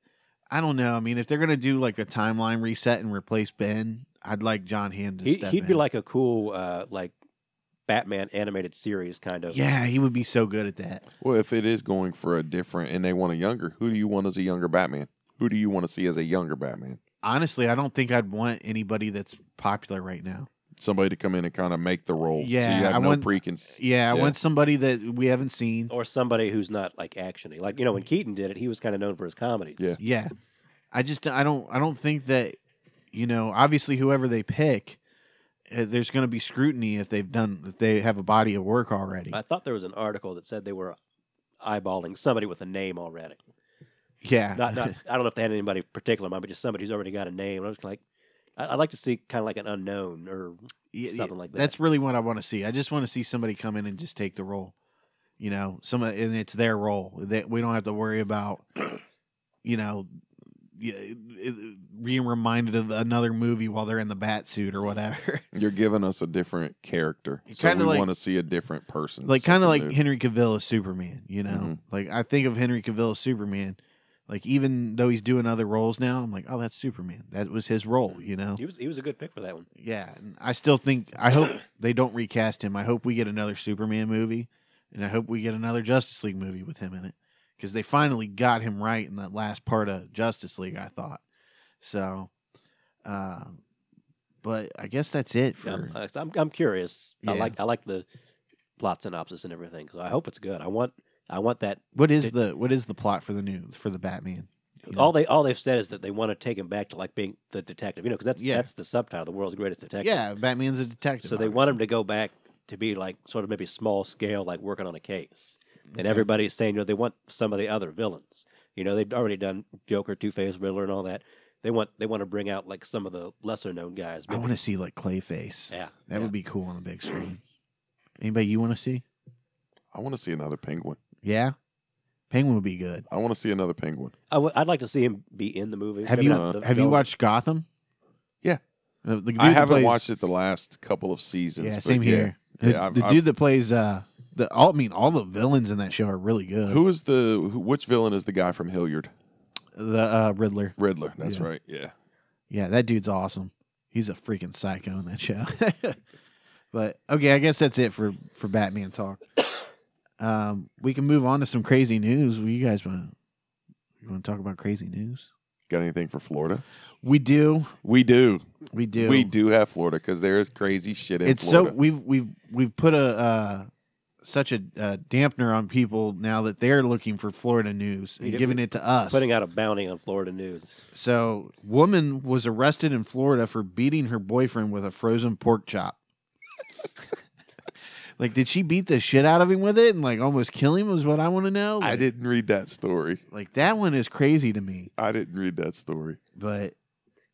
B: I don't know. I mean, if they're gonna do like a timeline reset and replace Ben, I'd like John Hamm to
C: he,
B: step
C: he'd be
B: in.
C: like a cool uh, like Batman animated series kind of.
B: yeah, he would be so good at that.
D: well, if it is going for a different and they want a younger, who do you want as a younger Batman? Who do you want to see as a younger Batman?
B: honestly, I don't think I'd want anybody that's popular right now.
D: Somebody to come in and kind of make the role. so
B: Yeah,
D: you have
B: I
D: no
B: want-
D: preconce-
B: Yeah, I want somebody that we haven't seen.
C: or somebody who's not like actiony. Like you know, when Keaton did it, he was kind of known for his comedies.
D: Yeah.
B: Yeah, I just I don't I don't think that you know obviously whoever they pick, uh, there's going to be scrutiny if they've done if they have a body of work already.
C: I thought there was an article that said they were eyeballing somebody with a name already.
B: yeah,
C: Not, not I don't know if they had anybody particular in mind, but just somebody who's already got a name. And I was kinda like, I- I'd like to see kind of like an unknown or
B: Yeah, yeah,
C: something like that.
B: That's really what I want to see. I just want to see somebody come in and just take the role. You know, some and it's their role that we don't have to worry about. You know, y- it- being reminded of another movie while they're in the bat suit or whatever.
D: You're giving us a different character.
B: It's
D: So
B: kinda
D: we
B: like-
D: want to see a different person.
B: like kind of like
D: something
B: Henry
D: new.
B: Cavill as Superman. You know,
C: Mm-hmm.
D: Mhm.
B: like I think of Henry Cavill as Superman. Like even though he's doing other roles now, I'm like, oh, that's Superman. That was his role. You know,
C: he was he was a good pick for that one.
B: Yeah, and I still think I hope they don't recast him. I hope we get another Superman movie, and I hope we get another Justice League movie with him in it because they finally got him right in that last part of Justice League. I thought so, uh, but I guess that's it
C: Yeah,
B: for.
C: I'm, uh, I'm I'm curious. I
B: Yeah.
C: like I like the plot synopsis and everything. So I hope it's good. I want I want that.
B: what is
C: it-
B: the what is the plot for the new for the Batman? Yeah.
C: All they all they've said is that they want to take him back to like being the detective. You know, because that's
B: Yeah.
C: that's the subtitle, the world's greatest detective.
B: Yeah, Batman's a detective.
C: So they want him to go back to be like sort of maybe small scale, like working on a case. And
B: Okay.
C: everybody's saying, you know, they want some of the other villains. You know, they've already done Joker, Two Face, Riddler, and all that. They want they want to bring out like some of the lesser known guys.
B: I want to see like Clayface.
C: Yeah,
B: That
C: yeah.
B: would be cool on the big screen. Anybody you want to see?
D: I want to see another penguin.
B: Yeah, Penguin would be good.
D: I want to see another penguin.
C: I would. I'd like to see him be in the movie.
B: Have
C: Maybe
B: you uh,
C: not the
B: have you
C: villain.
B: watched Gotham?
D: Yeah.
B: Uh, the dude
D: I
B: that
D: haven't
B: plays-
D: watched it the last couple of seasons.
B: Yeah,
D: but
B: same here. The-
D: Yeah, I've-
B: the
D: I've-
B: dude that plays uh the all I mean all the villains in that show are really good.
D: Who is the who, which villain is the guy from Hilliard?
B: The uh, Riddler.
D: Riddler. That's
B: Yeah.
D: right. Yeah.
B: Yeah, that dude's awesome. He's a freaking psycho in that show. but okay, I guess that's it for for Batman talk. Um, we can move on to some crazy news. Well, you guys want you want to talk about crazy news?
D: Got anything for Florida?
B: We do,
D: We do.
B: we do,
D: We do have Florida because there is crazy shit in
B: it's
D: Florida.
B: so we've we've we've put a uh, such a uh, dampener on people now that they're looking for Florida news and
C: Yeah,
B: giving it to us.
C: putting out a bounty on Florida news?
B: so, woman was arrested in Florida for beating her boyfriend with a frozen pork chop. like, did she beat the shit out of him with it and like almost kill him? Is what I want to know. Like,
D: I didn't read that story.
B: Like that one is crazy to me,
D: I didn't read that story.
B: but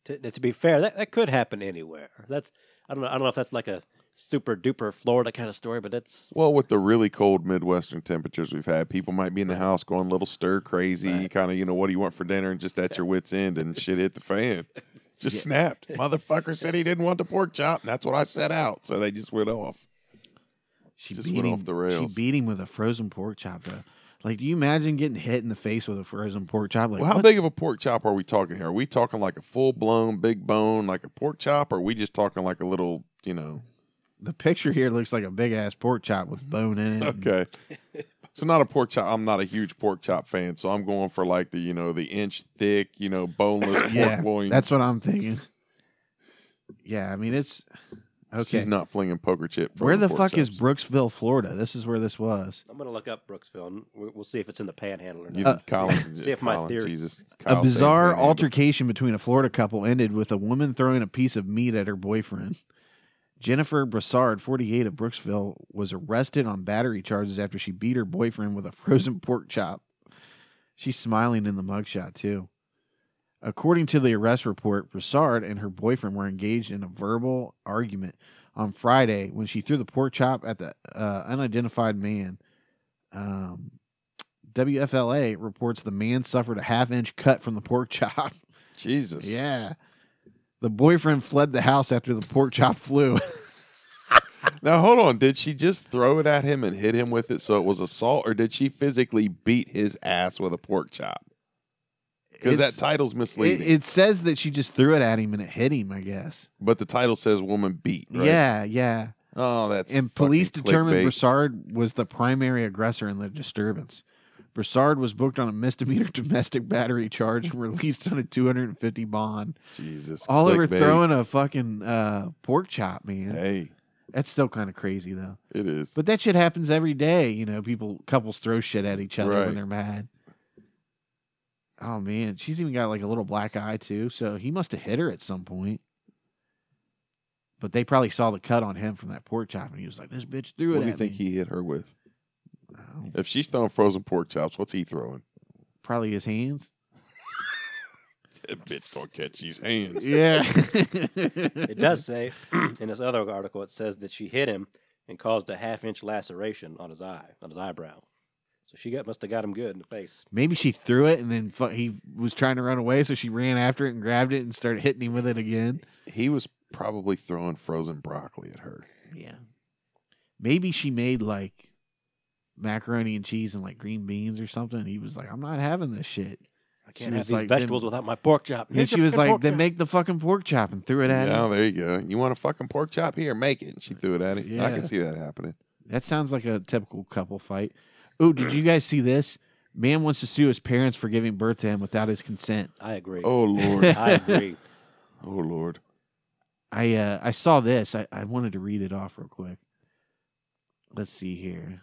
C: To, to be fair, that, that could happen anywhere. That's I don't know. I don't know if that's like a super duper Florida kind of story, but that's
D: Well, with the really cold Midwestern temperatures we've had, people might be in the house going a little stir crazy,
C: Right.
D: kind of, you know, what do you want for dinner? And just at your wits' end and shit hit the fan. Just snapped. Motherfucker said he didn't want the pork chop, and that's what I set out. So they just went off.
B: She
D: Just
B: beat
D: went
B: him,
D: off the rails.
B: She beat him with a frozen pork chop, though. Like, do you imagine getting hit in the face with a frozen pork chop? Like,
D: Well, how
B: what?
D: big of a pork chop are we talking here? Are we talking like a full blown big bone, like a pork chop, or are we just talking like a little, you know?
B: the picture here looks like a big ass pork chop with bone in it. and-
D: Okay. so not a pork chop. I'm not a huge pork chop fan, so I'm going for like the, you know, the inch thick, you know, boneless pork
B: yeah,
D: loin.
B: that's what I'm thinking. Yeah, I mean it's okay.
D: She's not flinging poker chip.
B: where
D: from
B: the
D: pork
B: fuck is
D: chops.
B: Brooksville, Florida? This is where this was.
C: I'm gonna look up Brooksville and we- we'll see if it's in the Panhandle or
D: You,
C: not.
B: Uh,
D: Colin,
C: see if my
D: Colin,
C: theory-
D: Jesus,
B: a
D: Kyle says
B: bizarre
D: Panhandle.
B: altercation between a Florida couple ended with a woman throwing a piece of meat at her boyfriend. Jennifer Brassard, 48 of Brooksville, was arrested on battery charges after she beat her boyfriend with a frozen pork chop. She's smiling in the mugshot, too. According to the arrest report, Brassard and her boyfriend were engaged in a verbal argument on Friday when she threw the pork chop at the uh, unidentified man. Um, WFLA reports the man suffered a half inch cut from the pork chop.
D: Jesus.
B: yeah. The boyfriend fled the house after the pork chop flew.
D: Now hold on. Did she just throw it at him and hit him with it so it was assault, or did she physically beat his ass with a pork chop? Because that
B: It's-
D: title's
B: it,
D: misleading.
B: it says that she just threw it at him and it hit him, I guess.
D: but the title says "woman beat." Right?
B: Yeah, yeah.
D: Oh, that's
B: and police
D: fucking
B: determined
D: clickbait.
B: Broussard was the primary aggressor in the disturbance. Broussard was booked on a misdemeanor domestic battery charge and released on a 250 bond.
D: Jesus.
B: All over
D: clickbait.
B: throwing a fucking uh, pork chop, man.
D: Hey,
B: That's still kind of crazy though.
D: it is.
B: But that shit happens every day. You know, people couples throw shit at each other
D: Right.
B: when they're mad. Oh man, she's even got like a little black eye too. So he must have hit her at some point. But they probably saw the cut on him from that pork chop, and he was like, "This bitch threw it."
D: what do you
B: at
D: think
B: me."
D: he hit her with?
B: Oh,
D: If she's throwing frozen pork chops, what's he throwing?
B: probably his hands.
D: That bitch gonna catch his hands.
B: Yeah,
C: It does say in this other article, it says that she hit him and caused a half inch laceration on his eye, on his eyebrow. So she got must have got him good in the face.
B: Maybe she threw it, and then fu- he was trying to run away, so she ran after it and grabbed it and started hitting him with it again.
D: He was probably throwing frozen broccoli at her.
B: Yeah. Maybe she made like macaroni and cheese and like green beans or something. He was like, I'm not having this shit.
C: I
B: She
C: can't
B: was
C: have these
B: like, then-
C: vegetables without my pork chop.
B: And she was like, then make the fucking pork chop and threw it at
D: Yeah,
B: him.
D: there you go. You want a fucking pork chop here? Make it. And she threw it at him. I
B: Yeah.
D: can see that happening.
B: That sounds like a typical couple fight. Ooh, did you guys see this? Man wants to sue his parents for giving birth to him without his consent.
C: I agree.
D: Oh lord.
C: I agree.
D: oh lord.
B: I uh, I saw this. I, I wanted to read it off real quick. Let's see here.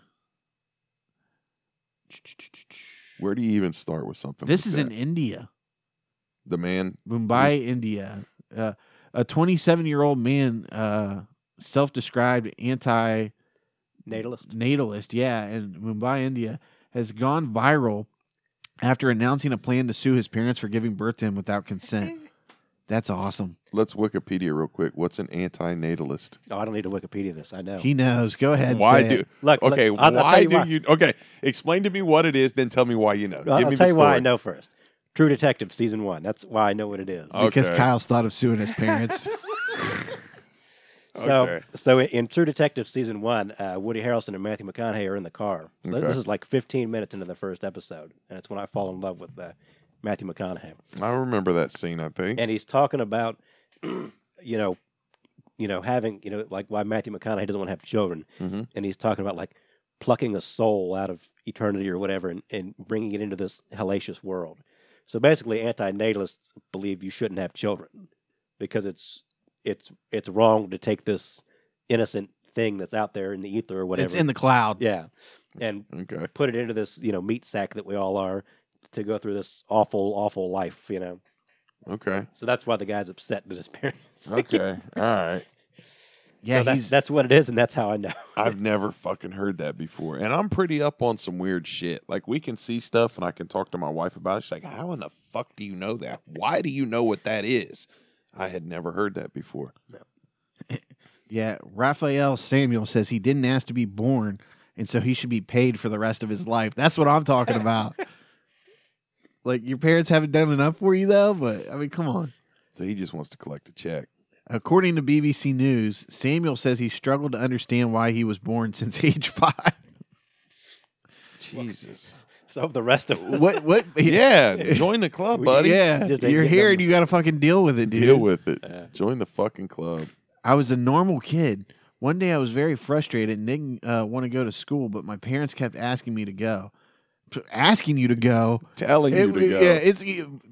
D: Where do you even start with something?
B: This
D: like
B: is
D: that?
B: in India.
D: the man.
B: Mumbai, India. Uh, a 27 year old man, uh, self described anti
C: Natalist.
B: natalist, yeah, in Mumbai, India, has gone viral after announcing a plan to sue his parents for giving birth to him without consent. That's awesome.
D: Let's Wikipedia real quick. What's an antinatalist?
C: Oh, I don't need to Wikipedia this. I know.
B: He knows. Go ahead. and
D: why
B: say
D: do
B: it.
C: Look, look,
D: okay?
C: I'll- I'll
D: why
C: tell you
D: do
C: why.
D: you okay? Explain to me what it is, then tell me why you know.
C: I'll,
D: Give
C: I'll
D: me
C: tell
D: the
C: you
D: story.
C: why I know first. True Detective season one. That's why I know what it is.
D: Oh, Okay.
B: Because Kyle's thought of suing his parents.
C: So,
D: Okay.
C: so in, in True Detective season one, uh, Woody Harrelson and Matthew McConaughey are in the car. Th-
D: Okay.
C: This is like 15 minutes into the first episode, and it's when I fall in love with uh, Matthew McConaughey.
D: I remember that scene. I think.
C: And he's talking about, you know, you know, having, you know, like why Matthew McConaughey doesn't want to have children,
B: Mm-hmm.
D: Mhm.
C: and he's talking about like plucking a soul out of eternity or whatever, and, and bringing it into this hellacious world. So basically, anti-natalists believe you shouldn't have children because it's it's it's wrong to take this innocent thing that's out there in the ether or whatever.
B: it's in the cloud.
C: yeah, and
D: Okay.
C: put it into this you know meat sack that we all are to go through this awful awful life. You know,
D: Okay.
C: so that's why the guy's upset that his parents.
D: Okay. All right.
B: Yeah,
C: so that's,
B: he's
C: that's what it is, and that's how I know.
D: I've never fucking heard that before. And I'm pretty up on some weird shit. Like we can see stuff and I can talk to my wife about it. She's like, How in the fuck do you know that? Why do you know what that is? I had never heard that before.
B: yeah. Raphael Samuel says he didn't ask to be born, and so he should be paid for the rest of his life. That's what I'm talking about. like your parents haven't done enough for you though, but I mean, come on.
D: So he just wants to collect a check.
B: According to BBC News, Samuel says he struggled to understand why he was born since age five.
D: Jesus.
C: So the rest of us,
B: what? What?
D: yeah. Join the club, buddy.
B: Yeah,
C: Just ain't
B: you're
C: get
B: here
C: them-
B: and you got to fucking deal with it, dude.
D: Deal with it.
C: Yeah.
D: Join the fucking club.
B: I was a normal kid. One day I was very frustrated and didn't uh, want to go to school, but my parents kept asking me to go. P- Asking you to go.
D: Telling you
B: It-
D: to go.
B: Yeah, it's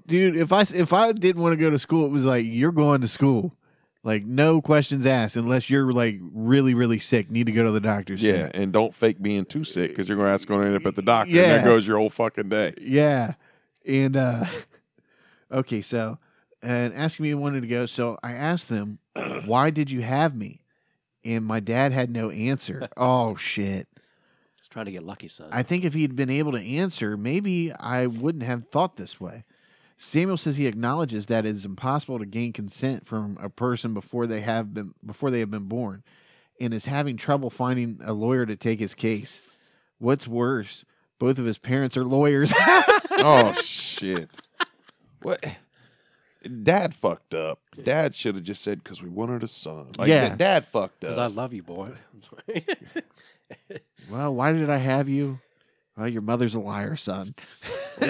B: dude. If I s- if I didn't want to go to school, it was like you're going to school, like no questions asked, unless you're like really really sick, need to go to the doctor. soon.
D: Yeah, and don't fake being too sick because you're gonna that's gonna end up at the doctor.
B: Yeah.
D: And there goes your whole fucking day.
B: Yeah. And uh okay, so and asking me wanted to go, so I asked them, "Why did you have me?" And my dad had no answer. Oh shit.
C: Just trying to get lucky, son.
B: I think if he'd been able to answer, maybe I wouldn't have thought this way. Samuel says he acknowledges that it is impossible to gain consent from a person before they have been before they have been born, and is having trouble finding a lawyer to take his case. What's worse, both of his parents are lawyers.
D: oh shit! What? Dad fucked up. Dad should have just said because we wanted a son. Like,
B: Yeah.
D: yeah, Dad fucked
C: Because I
D: up.
C: love you, boy.
B: Well, why did I have you? Well, your mother's a liar, son.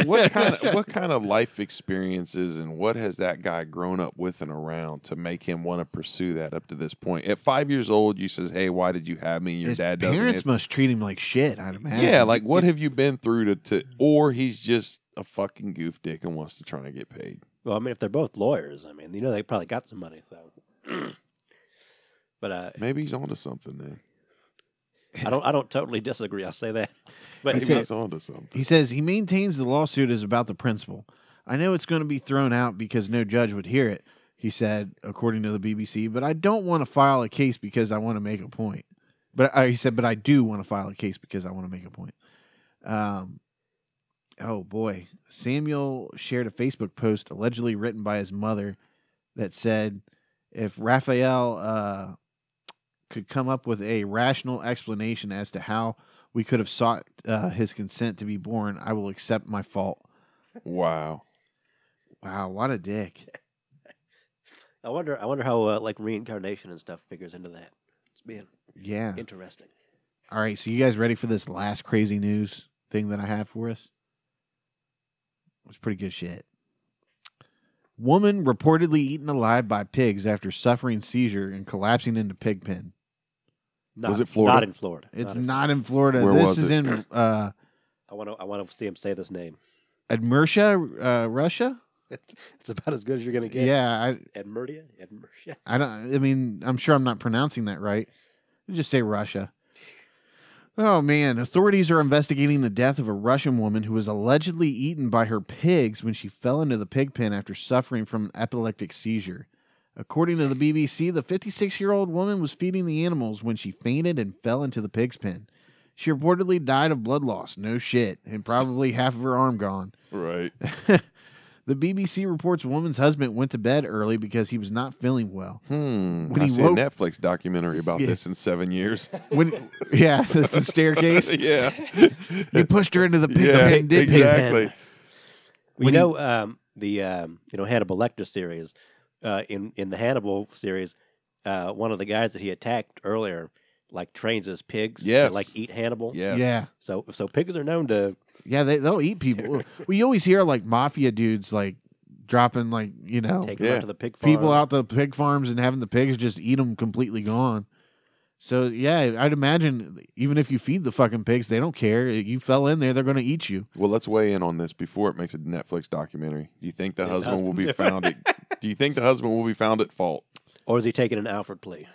D: what kind of what kind of life experiences and what has that guy grown up with and around to make him want to pursue that up to this point? At five years old, you says, "Hey, why did you have me?" And your
B: His
D: dad doesn't.
B: parents
D: It's-
B: must treat him like shit. I'd imagine.
D: yeah, like what have you been through to, to? Or he's just a fucking goof dick and wants to try and get paid.
C: Well, I mean, if they're both lawyers, I mean, you know, they probably got some money. So, but uh,
D: Maybe he's onto something then.
C: I don't. I don't totally disagree. I'll say that. But
D: Maybe he's onto something.
B: He says he maintains the lawsuit is about the principal. I know it's going to be thrown out because no judge would hear it, he said, according to the BBC, but I don't want to file a case because I want to make a point. But uh, he said, but I do want to file a case because I want to make a point. Um, oh boy. Samuel shared a Facebook post allegedly written by his mother that said if Raphael uh, could come up with a rational explanation as to how we could have sought uh, his consent to be born. I will accept my fault.
D: Wow.
B: Wow, what a dick.
C: I wonder. I wonder how uh, like reincarnation and stuff figures into that. It's being
B: Yeah.
C: interesting.
B: All right, so you guys ready for this last crazy news thing that I have for us? It's pretty good shit. Woman reportedly eaten alive by pigs after suffering seizure and collapsing into pig pen.
C: Not,
D: Was it Florida?
C: Not in Florida.
B: It's
C: in-
B: not in Florida.
D: Where
B: this
D: was
B: is
D: it?
B: in uh
C: I want to. I want to see him say this name.
B: Admersha, uh, Russia.
C: It's about as good as you're gonna get.
B: Yeah, I,
C: Edmurtia. Edmurtia.
B: I don't. I mean, I'm sure I'm not pronouncing that right. Just say Russia. Oh man, authorities are investigating the death of a Russian woman who was allegedly eaten by her pigs when she fell into the pig pen after suffering from an epileptic seizure. According to the BBC, the 56 year old woman was feeding the animals when she fainted and fell into the pig's pen. She reportedly died of blood loss, no shit, and probably half of her arm gone.
D: Right.
B: The BBC reports woman's husband went to bed early because he was not feeling well.
D: Hmm.
B: When
D: I
B: he
D: see
B: woke-
D: a Netflix documentary about
B: Yeah.
D: this in seven years.
B: when yeah the, the staircase
D: yeah.
B: you pushed her into the pig
D: yeah.
B: pen didn't you?
D: Exactly.
C: We
B: When you-
C: know um, the um, you know Hannibal Lecter series. Uh, in in the Hannibal series, uh, one of the guys that he attacked earlier like trains his pigs
D: Yes.
C: to like eat Hannibal.
D: Yes.
B: yeah
C: So so pigs are known to
B: yeah they, they'll eat people well you always hear like mafia dudes like dropping like you know
C: take
D: yeah.
C: them out to the pig farm.
B: Oh, people out to pig farms and having the pigs just eat them completely gone so yeah i'd imagine even if you feed the fucking pigs they don't care you fell in there they're going to eat you
D: Well, let's weigh in on this before it makes a Netflix documentary. Do you think the
C: Yeah, the
D: husband will be
C: husband.
D: found at? Do you think the husband will be found at fault,
C: Or is he taking an Alfred plea?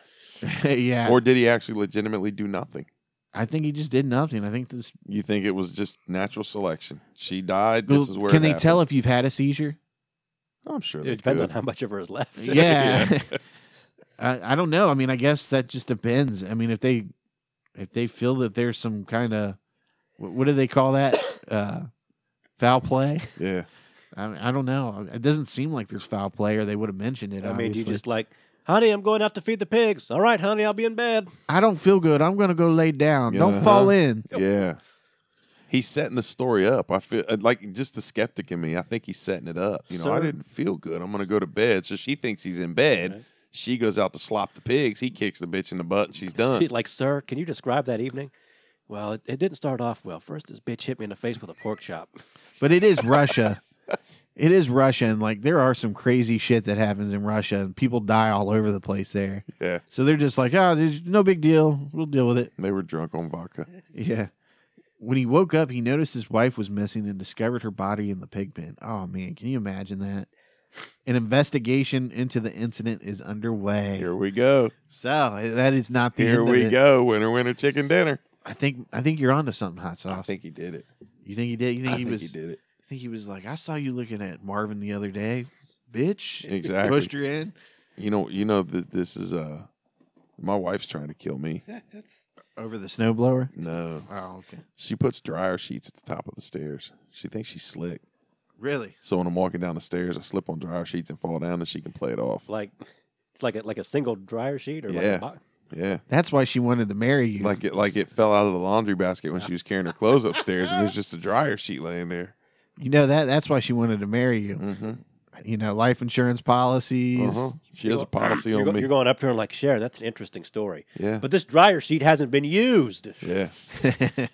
B: yeah
D: or did he actually legitimately do nothing?
B: i think he just did nothing i think this
D: You think it was just natural selection? She died. This is where
B: can
D: it
B: they
D: happened. Oh,
B: tell if you've had a seizure
D: I'm sure they
C: It depends
D: could.
C: on how much of her is left.
B: yeah. I, I don't know. I mean, I guess that just depends. I mean, if they if they feel that there's some kind of what, what do they call that uh, foul play?
D: yeah.
B: I, mean, I don't know. It doesn't seem like there's foul play, or they would have mentioned it.
C: I mean, do you
B: obviously.
C: just like, honey, I'm going out to feed the pigs. All right, honey, I'll be in bed.
B: I don't feel good. I'm gonna go lay down. Don't
D: Uh-huh.
B: fall in.
D: Yeah. He's setting the story up. I feel uh, like just the skeptic in me. I think he's setting it up. You know, I
C: Sir.
D: didn't feel good. I'm going to go to bed. So she thinks he's in bed.
C: Right.
D: She goes out to slop the pigs. He kicks the bitch in the butt and she's done.
C: She's like, sir, can you describe that evening? Well, it, it didn't start off well. First, this bitch hit me in the face with a pork chop.
B: But it is Russia. It is Russia, and like there are some crazy shit that happens in Russia, and people die all over the place there.
D: yeah.
B: So they're just like, oh, there's no big deal. We'll deal with it.
D: They were drunk on vodka.
B: Yeah. When he woke up, he noticed his wife was missing and discovered her body in the pig pen. Oh man, can you imagine that? An investigation into the incident is underway.
D: Here we go.
B: So eh, that is not the
D: Here
B: end of
D: we
B: it.
D: go. Winner, winner, chicken dinner.
B: I think I think you're onto something, hot sauce.
D: he did it.
B: you think he did. You think
D: I
B: he
D: think
B: was.
D: he did it.
B: I think he was like, I saw you looking at Marvin the other day, bitch.
D: Exactly.
B: Pushed her in.
D: You know, you know that this is uh my wife's trying to kill me.
B: over the snowblower.
D: No.
B: Oh, okay.
D: She puts dryer sheets at the top of the stairs. She thinks she's slick.
B: Really?
D: So when I'm walking down the stairs, I slip on dryer sheets and fall down, and she can play it off.
C: Like, like a, like a single dryer sheet or like
D: Yeah.
C: a box.
D: Yeah,
B: That's why she wanted to marry you.
D: like it, like it fell out of the laundry basket when she was carrying her clothes upstairs, and there's just a dryer sheet laying there.
B: you know that. That's why she wanted to marry you.
D: Mm-hmm.
B: you know, life insurance policies.
D: Uh-huh. She has a policy
C: You're,
D: on
C: go-
D: me.
C: you're going up to her and like, Sharon, that's an interesting story.
D: Yeah.
C: But this dryer sheet hasn't been used.
D: yeah.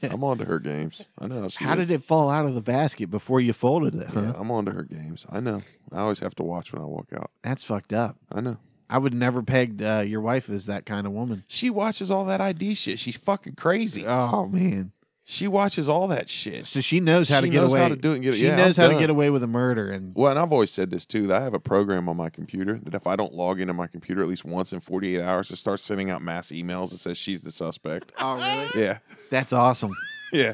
D: I'm on to her games. I know. how She
B: How
D: is.
B: did it fall out of the basket before you folded it? Huh?
D: Yeah, I'm on to her games. I know. I always have to watch when I walk out.
B: That's fucked up.
D: I know.
B: I would never pegged uh, your wife as that kind of woman.
D: She watches all that ID shit. She's fucking crazy.
B: Oh man!
D: She watches all that shit.
B: So she knows how
D: She
B: to get
D: knows
B: away.
D: how to do it and get it-
B: She
D: yeah,
B: knows
D: I'm
B: how to
D: done.
B: get away with a murder, and
D: Well, and I've always said this too that I have a program on my computer that if I don't log into my computer at least once in 48 hours, it starts sending out mass emails that says she's the suspect.
B: oh really?
D: Yeah.
B: That's awesome.
D: Yeah.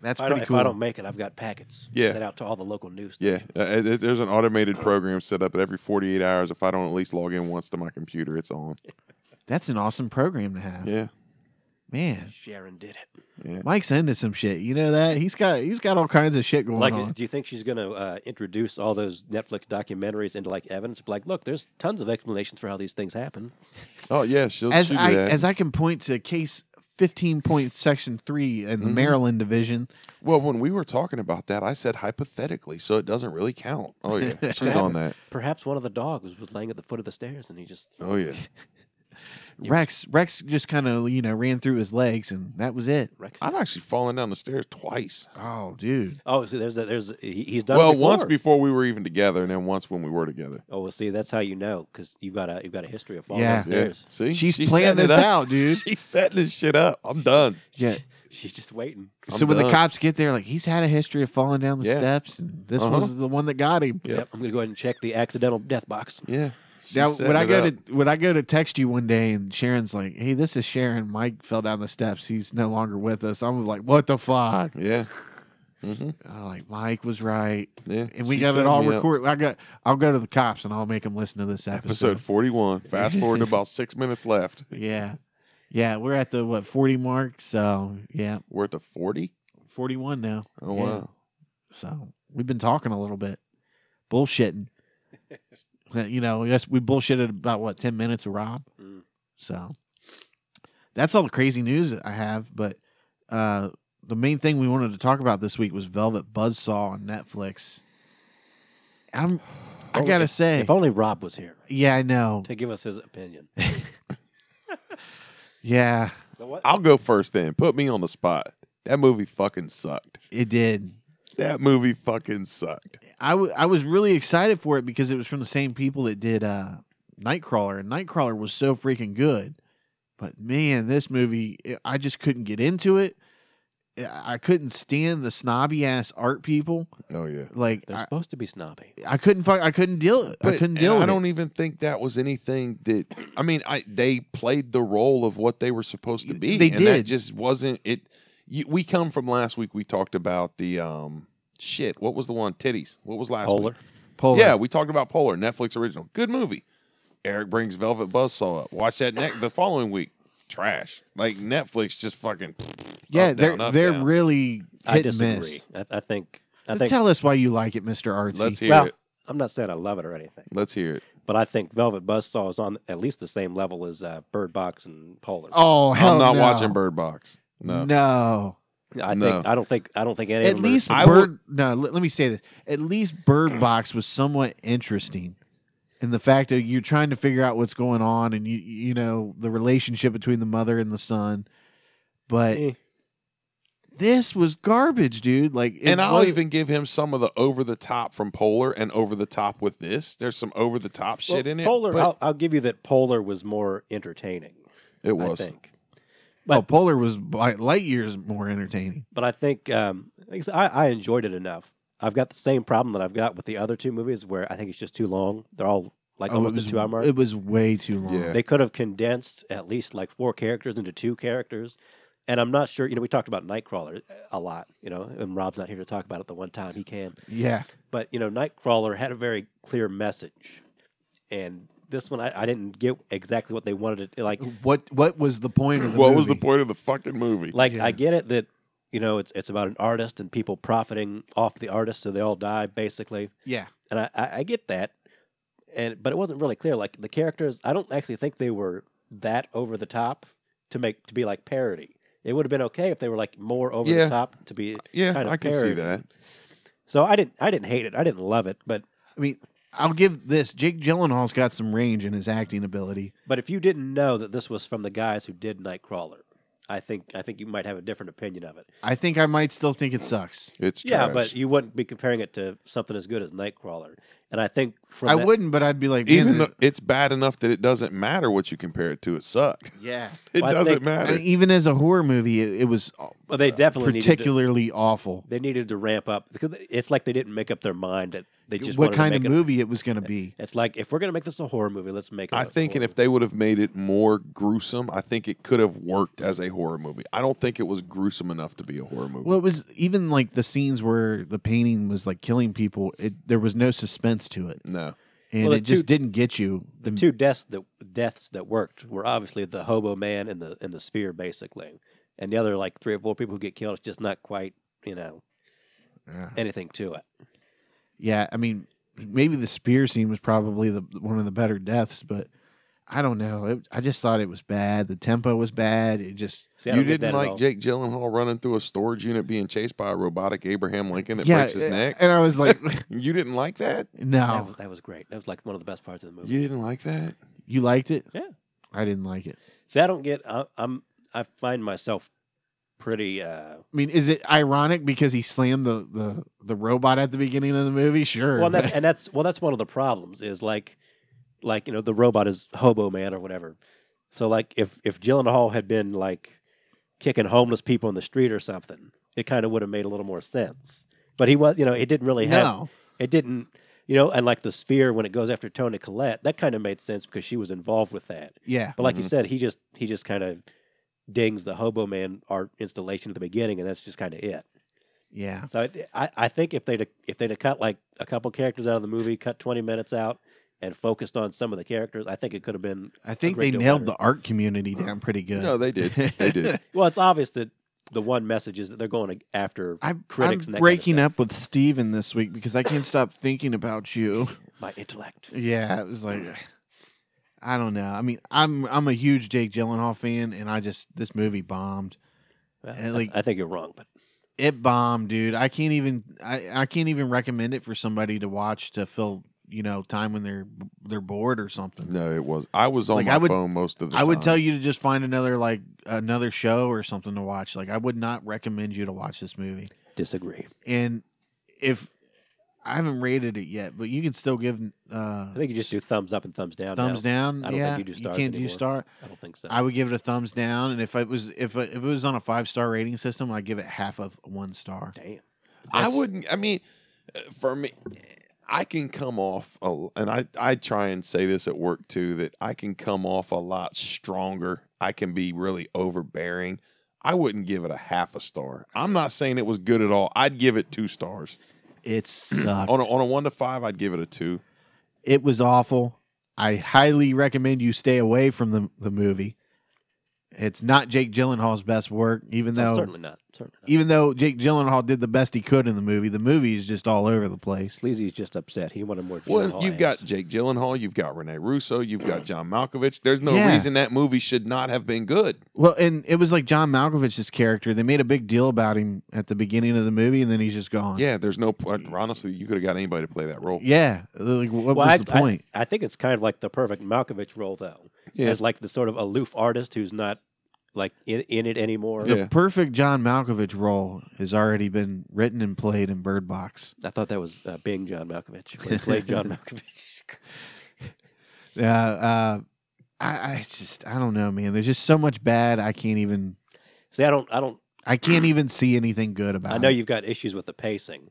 B: That's
C: I don't,
B: pretty
C: If I
B: cool.
C: don't make it, I've got packets
D: Yeah.
C: sent out to all the local news.
D: Yeah. Uh, uh, there's an automated program set up at every 48 hours. If I don't at least log in once to my computer, it's on.
B: That's an awesome program to have,
D: Yeah.
B: man.
C: Sharon did it.
B: Mike's into some shit. You know that he's got he's got all kinds of shit going
C: Like,
B: on.
C: do you think she's going to uh, introduce all those Netflix documentaries into like evidence? Like, look, there's tons of explanations for how these things happen.
D: Oh, yeah. She'll,
B: as
D: she'll do
B: I
D: that.
B: as I can point to case fifteen point section three in
D: Mm-hmm.
B: the Maryland division.
D: well, when we were talking about that, I said hypothetically, so it doesn't really count. Oh, yeah. She's on that.
C: Perhaps one of the dogs was laying at the foot of the stairs and he just.
D: Oh, yeah.
B: Rex Rex just kind of you know ran through his legs and that was it.
C: Rex.
D: I've actually fallen down the stairs twice.
B: Oh dude,
C: Oh, see, there's a, there's he, he's done. it
D: Well, once
C: before.
D: before we were even together, and then once when we were together.
C: Oh, well, see, that's how you know because you've got a you've got a history of falling
B: Yeah.
D: Yeah.
C: downstairs.
D: See,
B: She's
D: planning
B: playing this out, dude.
D: She's setting this shit up. I'm done.
B: yeah.
C: She's just waiting.
B: so when the
D: done.
B: cops get there, like he's had a history of falling down the
D: Yeah.
B: steps, and this
D: Uh-huh.
B: was the one that got him.
D: Yep.
C: Yep, I'm gonna go ahead and check the accidental death box.
D: Yeah. She's
B: Now
D: setting
B: when I
D: it
B: go
D: up.
B: to when I go to text you one day and Sharon's like, "Hey, this is Sharon. Mike fell down the steps. He's no longer with us." I'm like, "What the fuck?"
D: yeah, hmm
B: I'm like Mike was right,
D: yeah,
B: and we
D: She's
B: got it
D: setting
B: all
D: me up.
B: recorded. I got. I'll go to the cops and I'll make them listen to this
D: Episode 41. Fast forward to about six minutes left.
B: Yeah. Yeah, we're at the what 40 mark, so yeah,
D: We're at the 40.
B: 41 now.
D: Oh
B: Yeah.
D: wow.
B: So, we've been talking a little bit. Bullshitting. you know, yes, we bullshitted about what 10 minutes of Rob.
C: Mm.
B: So, that's all the crazy news I have, but uh the main thing we wanted to talk about this week was Velvet Buzzsaw on Netflix. I'm I
C: Only
B: got to
C: Oh, if-
B: say.
C: If only Rob was here
B: Yeah, I know.
C: to give us his opinion.
B: Yeah,
D: I'll go first then. Put me on the spot. That movie fucking sucked.
B: it did.
D: That movie fucking sucked.
B: I, w- I was really excited for it because it was from the same people that did uh, Nightcrawler, and Nightcrawler was so freaking good. But man, this movie, i I just couldn't get into it. I I couldn't stand the snobby ass art people.
D: Oh yeah.
B: Like
C: They're
B: I,
C: supposed to be snobby.
B: I couldn't fuck. I couldn't deal. I
D: But-
B: couldn't
D: and
B: deal.
D: I
B: with
D: don't e, even think that was anything that I mean, I they played the role of what they were supposed to be.
B: They
D: and That
B: did.
D: just wasn't it. You, we come from last week. We talked about the um shit. What was the one titties? What was last
C: Polar.
D: week?
B: it. Polar.
D: Yeah, we talked about Polar, Netflix original, good movie. Eric brings Velvet Buzzsaw up. Watch that next the following week. Trash. Like Netflix just fucking.
B: yeah.
D: up,
B: They're
D: down, up,
B: they're
D: down.
B: really
C: I
B: hit and
C: disagree.
B: miss.
C: I, I think. I
B: But
C: think.
B: Tell us why you like it, Mister Artsy.
D: Let's hear
C: well,
D: it.
C: I'm not saying I love it or anything,
D: Let's hear it.
C: but I think Velvet Buzzsaw is on at least the same level as uh, Bird Box and Polar.
B: oh hell,
D: I'm not
B: no.
D: watching Bird Box. No.
B: no.
C: I
D: no.
C: think I don't think I don't think any.
B: at
C: of them are-
B: least
D: I
B: bird no let, let me say this at least bird box was somewhat interesting in the fact that you're trying to figure out what's going on and you you know the relationship between the mother and the son but
C: Eh.
B: this was garbage dude like it
D: and I'll
B: was-
D: even give him some of the over the top from Polar and over the top with this. There's some over the top
C: Well,
D: shit in it.
C: Polar.
D: but
C: I'll, I'll give you that. Polar was more entertaining.
D: it
C: I
D: was.
C: think.
B: oh, polar was by light years more entertaining
C: but I think um, like I, said, I, I enjoyed it enough. I've got the same problem that I've got with the other two movies, where I think it's just too long. They're all like
B: Oh,
C: almost
B: it
C: a
B: was,
C: two-hour mark.
B: it was way too long
D: Yeah.
C: They could have condensed at least like four characters into two characters. And I'm not sure. You know, we talked about Nightcrawler uh, a lot. You know, and Rob's not here to talk about it the one time he can.
B: yeah
C: But you know, Nightcrawler had a very clear message, and this one I, I didn't get exactly what they wanted it like.
B: what what was the point of the
D: What was the
B: movie?
D: point of the fucking movie?
C: Like
B: Yeah.
C: I get it that you know it's it's about an artist and people profiting off the artist, so they all die basically.
B: yeah
C: and I, I, I get that, and but it wasn't really clear. Like the characters, I don't actually think they were that over the top to make to be like parody. It would have been okay if they were like more over
D: Yeah.
C: the top to be.
D: yeah,
C: kind of
D: I can see
C: parody.
D: that.
C: So I didn't I didn't hate it. I didn't love it, but
B: I mean, I'll give this. Jake Gyllenhaal's got some range in his acting ability.
C: But if you didn't know that this was from the guys who did Nightcrawler, I think I think you might have a different opinion of it.
B: I think I might still think it sucks.
D: It's
C: Yeah,
D: trash.
C: but you wouldn't be comparing it to something as good as Nightcrawler. And I think from
B: I
C: that-
B: wouldn't, but I'd be like, man,
D: even
B: the-
D: though it's bad enough that it doesn't matter what you compare it to. It sucked.
B: yeah.
D: It
C: Well, I
D: doesn't
C: think-
B: I
D: matter.
B: mean, even as a horror movie, it, it was
C: well, they definitely needed to,
B: particularly awful.
C: they needed to ramp up because it's like they didn't make up their mind that they just
B: What
C: wanted
B: kind
C: to
B: of
C: make it-
B: movie it was going to be?
C: It's like if we're gonna make this a horror movie, let's make it.
D: I
C: a
D: think, and
C: horror
D: if they would have made it more gruesome, I think it could have worked as a horror movie. I don't think it was gruesome enough to be a horror movie.
B: Well, it was even like the scenes where the painting was like killing people. It, there was no suspense to it,
D: no,
B: and
C: Well, the
B: it just
C: two-
B: didn't get you.
C: the two deaths that deaths that worked were obviously the hobo man and the and the sphere basically, and the other like three or four people who get killed. It's just not quite you know
B: Yeah.
C: anything to it.
B: Yeah, I mean, maybe the spear scene was probably the one of the better deaths, but I don't know. It, I just thought it was bad. The tempo was bad. It just
C: See, I
D: you
C: don't get that
D: didn't
C: at
D: like
C: all.
D: Jake Gyllenhaal running through a storage unit being chased by a robotic Abraham Lincoln that
B: yeah,
D: breaks
C: eh,
D: his
B: uh,
D: neck.
B: and I was like,
D: you didn't like that.
C: That,
B: no,
C: was, that was great. That was like one of the best parts of the movie.
D: You didn't like that.
B: you liked it.
C: Yeah.
B: I didn't like it.
C: See, I don't get. I, I'm. I find myself pretty. uh
B: I mean, is it ironic because he slammed the the, the robot at the beginning of the movie? Sure.
C: Well, and,
B: but-
C: that, and that's well, that's one of the problems is like, like you know, the robot is Hobo Man or whatever. So like, if if Gyllenhaal had been like kicking homeless people in the street or something, it kind of would have made a little more sense. But he was, you know, it didn't really have.
B: no,
C: It didn't, you know, and like the sphere when it goes after Tony Collette, that kind of made sense because she was involved with that.
B: yeah,
C: But like you
D: Mhm.
C: said, he just he just kind of dings the Hobo Man art installation at the beginning, and that's just kind of it.
B: yeah.
C: So it, I I think if they'd if they'd have cut like a couple characters out of the movie, cut twenty minutes out, and focused on some of the characters, I think it could have been.
B: I think
C: great
B: they
C: deal
B: nailed
C: better.
B: the art community down pretty good.
D: No, they did. They did.
C: Well, it's obvious that the one message is that they're going after
B: I'm,
C: critics.
B: I'm
C: and that
B: breaking
C: kind
B: up with Steven this week because I can't stop thinking about you.
C: up my intellect.
B: Yeah, it was like I don't know. I mean, I'm I'm a huge Jake Gyllenhaal fan, and I just this movie bombed.
C: Well,
B: And,
C: I-
B: like-
C: I, think you're wrong, but
B: It bombed, dude. I can't even I, I can't even recommend it for somebody to watch to fill you know time when they're they're bored or something.
D: No, it was. I was on
B: Like,
D: my
B: I would-
D: phone most of the
B: I
D: time.
B: would tell you to just find another like another show or something to watch. Like I would not recommend you to watch this movie.
C: disagree.
B: And if I haven't rated it yet, but you can still give uh,
C: I think you just do thumbs up and thumbs down.
B: thumbs
C: now.
B: down.
C: I don't
B: yeah,
C: think you do stars
B: can't do
C: anymore.
B: star.
C: I don't think so.
B: I would give it a thumbs down, and if it was if if it was on a five star rating system, I'd give it half of one star.
C: Damn.
D: I
B: That's-
D: wouldn't. I mean, uh, for me, I can come off, a, and I I try and say this at work too that I can come off a lot stronger. I can be really overbearing. I wouldn't give it a half a star. I'm not saying it was good at all. I'd give it two stars.
B: It sucked.
D: On a, on a one to five, I'd give it a two.
B: it was awful. I highly recommend you stay away from the the movie. It's not Jake Gyllenhaal's best work, even
C: No,
B: though
C: certainly not. Certainly not.
B: even though Jake Gyllenhaal did the best he could in the movie. The movie is just all over the place.
C: Sleazy's just upset. He wanted more.
D: Well,
C: Gyllenhaal
D: you've got
C: ass.
D: Jake Gyllenhaal, you've got Rene Russo, you've
B: Mm.
D: got John Malkovich. There's no
B: Yeah.
D: reason that movie should not have been good.
B: Well, and it was like John Malkovich's character. They made a big deal about him at the beginning of the movie, and then he's just gone.
D: Yeah, there's no. Honestly, you could have got anybody to play that role.
B: yeah. Like, what
C: Well,
B: was
C: I,
B: the
C: I-
B: point?
C: I, think it's kind of like the perfect Malkovich role, though,
D: Yeah.
C: as like the sort of aloof artist who's not like in, in it anymore.
D: Yeah.
B: perfect John Malkovich role has already been written and played in Bird Box.
C: I thought that was uh, being John Malkovich. When he played John Malkovich.
B: Uh, uh, I, I just I don't know, man. There's just so much bad. I can't even
C: See, I don't, I don't,
B: I can't even see anything good about.
C: I know
B: it.
C: you've got issues with the pacing,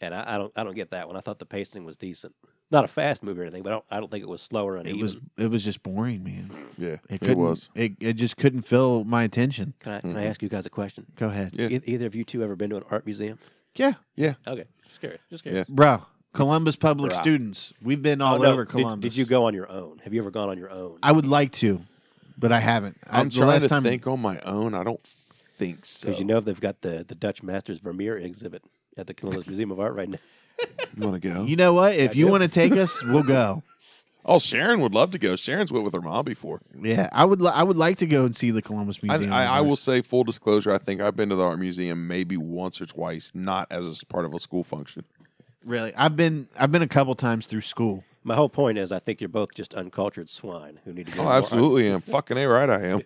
C: and I, I don't, I don't get that one. I thought the pacing was decent. Not a fast movie or anything, but I don't, I don't think it was slower.
B: It was it was just boring, man.
D: Yeah,
B: It,
D: it
B: couldn't-
D: was.
B: It, it just couldn't fill my attention.
C: Can I, can I ask you guys a question?
B: Go ahead,
D: Yeah.
C: E- either of you two ever been to an art museum?
B: yeah,
C: Okay, just curious. Just
D: Yeah.
C: curious.
B: bro. Columbus Public
C: Bruh.
B: Students. We've been all
C: Oh, no,
B: over
C: did-
B: Columbus.
C: Did, you go on your own? Have you ever gone on your own?
B: I would like to, but I haven't. I-
D: I'm
B: the
D: trying
B: last
D: to
B: time,
D: think on my own. I don't think so.
C: Because you know they've got the, the Dutch Masters Vermeer exhibit at the Columbus Museum of Art right now.
D: you want to go?
B: You know what? If
C: I
B: you
C: do.
B: want to take us, we'll go.
D: oh, Sharon would love to go. Sharon's went with her mom before.
B: Yeah, I would. Li- I would like to go and see the Columbus
D: I,
B: Museum.
D: I, I will
B: first.
D: say full disclosure. I think I've been to the art museum maybe once or twice, not as a s- part of a school function.
B: Really, I've been I've been a couple times through school.
C: My whole point is, I think you're both just uncultured swine who need to. Get
D: Oh,
C: more-
D: absolutely. am fucking a right. I am.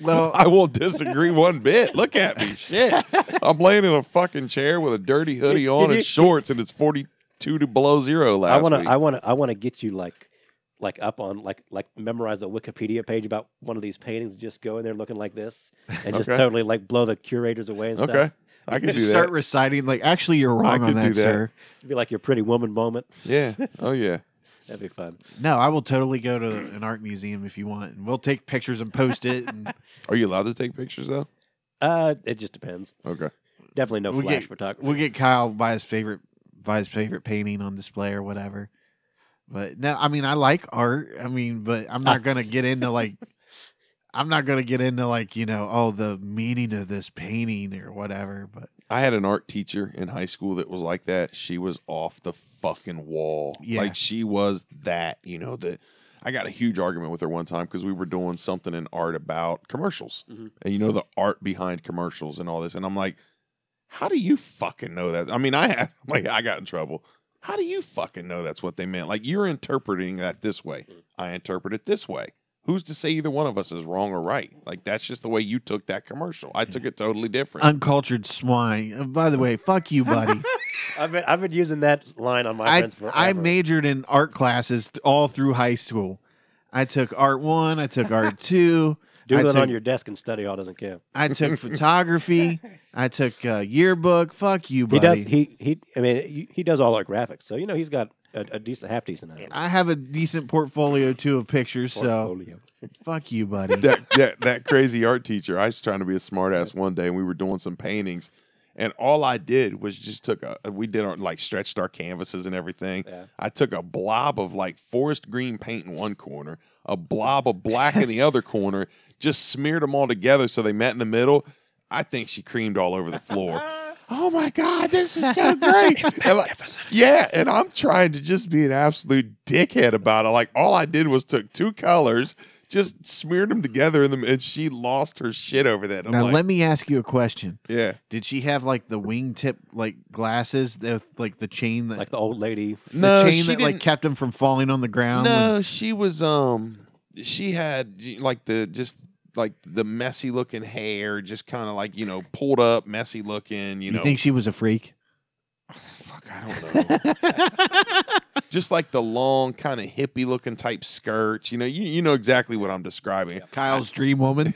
B: Well,
D: I won't disagree one bit. Look at me. Shit. I'm laying in a fucking chair with a dirty hoodie on and shorts, and it's 42 to below zero
C: I
D: last
C: want
D: week.
C: to. I want to. I want to get you like, like up on like like memorize a Wikipedia page about one of these paintings. and Just go in there looking like this and just
D: Okay.
C: totally like blow the curators away and stuff.
D: okay. I can do
B: just start
D: that.
B: reciting like actually you're
D: I
B: wrong on
D: could do
B: that,
D: that.
B: sir.
C: It'd be like your pretty woman moment.
D: Yeah. Oh, yeah.
C: That'd be fun.
B: No, I will totally go to an art museum if you want, and we'll take pictures and post it. And
D: Are you allowed to take pictures, though?
C: Uh, it just depends.
D: Okay.
C: Definitely no
B: We'll
C: flash
B: get-
C: photography.
B: we'll get Kyle by his favorite by his favorite painting on display or whatever. But no, I mean I like art. I mean, but I'm not gonna get into like I'm not gonna get into like you know oh the meaning of this painting or whatever. But
D: I had an art teacher in high school that was like that. She was off the fucking wall.
B: Yeah.
D: Like she was that, you know, the I got a huge argument with her one time because we were doing something in art about commercials.
C: Mhm.
D: And you know the art behind commercials and all this. And I'm like, how do you fucking know that? I mean, I had like I got in trouble. How do you fucking know that's what they meant? Like you're interpreting that this way. I interpret it this way. Who's to say either one of us is wrong or right? Like that's just the way you took that commercial. I took it totally different.
B: uncultured swine. Uh, By the way, fuck you, buddy.
C: I've been I've been using that line on my
B: I
C: friends forever.
B: I majored in art classes th- all through high school. I took art one. I took art two. I
C: doodle it
B: took-
C: on your desk and study all doesn't care.
B: I took photography. I took uh, yearbook. Fuck you,
C: He
B: buddy.
C: does. He he. I mean, he, he does all our graphics, so you know he's got a, a decent, half decent eye.
B: I have a decent portfolio too of pictures, so
C: portfolio.
B: fuck you, buddy.
D: that, that that crazy art teacher. I was trying to be a smart ass one day, and we were doing some paintings, and all I did was just took a. We did our like stretched our canvases and everything.
C: Yeah.
D: I took a blob of like forest green paint in one corner, a blob of black in the other corner, just smeared them all together so they met in the middle. I think she creamed all over the floor. Oh my God, this is so great. And, like, yeah, and I'm trying to just be an absolute dickhead about it. Like all I did was took two colors, just smeared them together in them, and she lost her shit over that. I'm
B: Now
D: like,
B: let me ask you a question.
D: yeah.
B: Did she have like the wingtip like glasses with like the chain that
C: Like the old lady.
B: the chain that like kept him from falling on the ground?
D: No, she was um she had like the just like the messy looking hair, just kind of like, you know, pulled up, messy looking, you
B: you
D: know.
B: think she was a freak?
D: Fuck, I don't know. just like the long kind of hippie looking type skirts, you know, you, you know exactly what I'm describing.
B: Kyle's dream woman.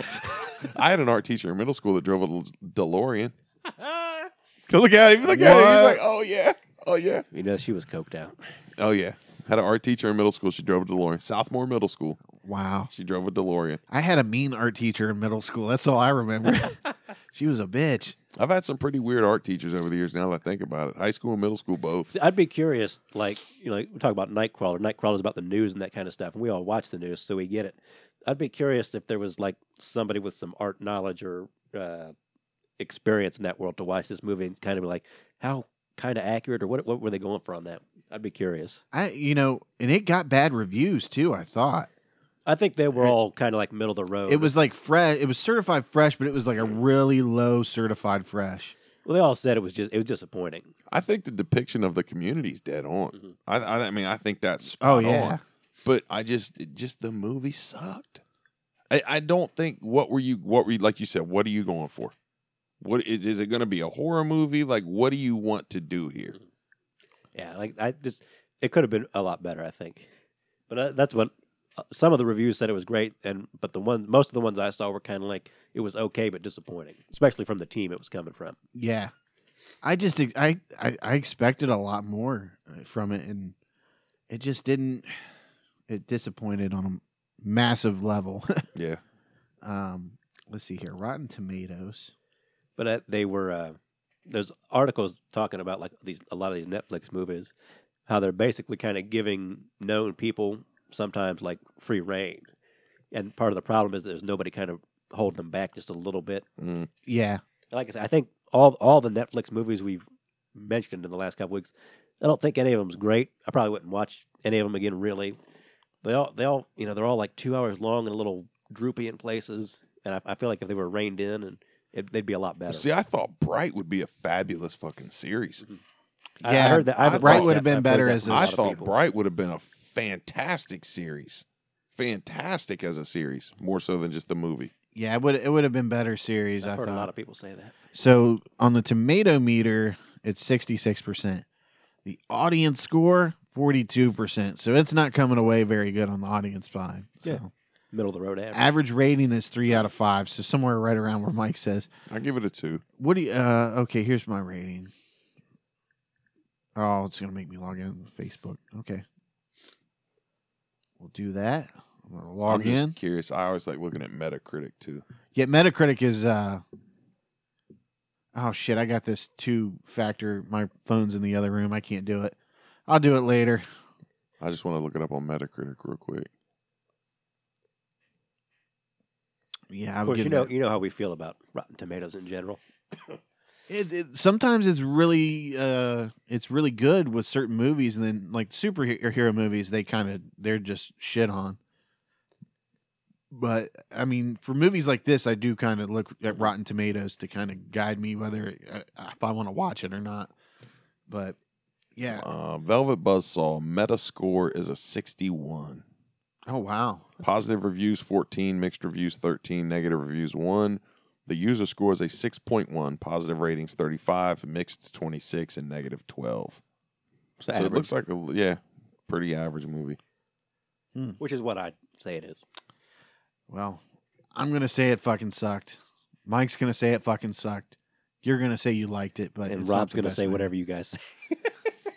D: I had an art teacher in middle school that drove a little DeLorean. look at him, look at him. He's
B: What?
D: like, "Oh yeah. Oh yeah.
C: You know, she was coked out.
D: Oh yeah." Had an art teacher in middle school, she drove a DeLorean. Southmore Middle School,
B: Wow.
D: she drove a DeLorean.
B: I had a mean art teacher in middle school. That's all I remember. she was a bitch.
D: I've had some pretty weird art teachers over the years. Now that I think about it, high school and middle school both.
C: See, I'd be curious, like you know, like we talk about Nightcrawler. Nightcrawler's about the news and that kind of stuff, and we all watch the news, so we get it. I'd be curious if there was like somebody with some art knowledge or uh, experience in that world to watch this movie and kind of be like, how kind of accurate or what what were they going for on that? I'd be curious.
B: I you know, and it got bad reviews too, I thought.
C: I think they were all kind of like middle of the road.
B: It was like fresh it was certified fresh, but it was like a really low certified fresh.
C: well, they all said it was just it was disappointing.
D: I think the depiction of the community is dead on.
C: Mhm.
D: I, I, I mean, I think that's
B: Oh,
D: spot
B: yeah.
D: on. But I just, it just the movie sucked. I, I don't think what were you, what were you, like you said, what are you going for? What is is it going to be a horror movie? Like, what do you want to do here?
C: Yeah, like I just it could have been a lot better, I think. But uh, that's what uh, some of the reviews said it was great, and but the one most of the ones I saw were kind of like it was okay but disappointing, especially from the team it was coming from.
B: Yeah. I just ex- I, I I expected a lot more uh, from it and it just didn't it disappointed on a massive level.
D: Yeah,
B: um let's see here. Rotten Tomatoes.
C: But uh, they were uh, there's articles talking about like these a lot of these Netflix movies, how they're basically kind of giving known people sometimes like free reign, and part of the problem is there's nobody kind of holding them back just a little bit.
D: Mm.
B: Yeah.
C: like I said, I think all all the Netflix movies we've mentioned in the last couple weeks, I don't think any of them's great. I probably wouldn't watch any of them again. Really, they all they all you know they're all like two hours long and a little droopy in places. And I, I feel like if they were reined in, and it, they'd be a lot better.
D: See, I thought Bright would be a fabulous fucking series.
C: I-
B: Yeah,
C: I heard that. I haven't
D: Bright
C: watched
D: would've
B: been
C: that, I've heard
B: better
C: that
B: as
C: from a
B: a-
D: I
C: lot of
D: thought
C: people.
D: Bright would have been a fantastic series. Fantastic as a series, more so than just the movie.
B: Yeah, it would it would have been better series.
C: I've
B: I
C: heard a
B: thought.
C: lot of people say that.
B: So on the tomato meter, it's 66%. The audience score, 42%. So it's not coming away very good on the audience pie. So.
C: Middle of the road average.
B: Average rating is three out of five. So somewhere right around where Mike says,
D: I give it a two.
B: What do you, uh, okay, here's my rating. Oh, it's going to make me log in with Facebook. Okay. We'll do that. I'm going to log
D: I'm
B: in.
D: just curious. I always like looking at Metacritic too.
B: Yet Metacritic is uh oh shit, I got this two factor my phone's in the other room. I can't do it. I'll do it later.
D: I just want to look it up on Metacritic real quick.
B: Yeah, I
C: Of
B: would
C: course,
B: give
C: you know
B: that-
C: you know how we feel about Rotten Tomatoes in general.
B: It, it- sometimes it's really uh it's really good with certain movies and then like superhero movies they kind of they're just shit on. But I mean, for movies like this, I do kind of look at Rotten Tomatoes to kind of guide me whether uh, if I want to watch it or not. But yeah.
D: Uh, Velvet Buzzsaw Metascore is a 61.
B: Oh wow.
D: Positive reviews 14, mixed reviews 13, negative reviews 1. The user score is a 6.1, positive ratings 35, mixed 26, and negative 12.
C: So,
D: So it
C: average,
D: looks like a yeah, pretty average movie.
C: which is what I say it is.
B: Well, I'm gonna say it fucking sucked. Mike's gonna say it fucking sucked. You're gonna say you liked it, but
C: And
B: it's
C: Rob's
B: going to
C: say whatever you guys say.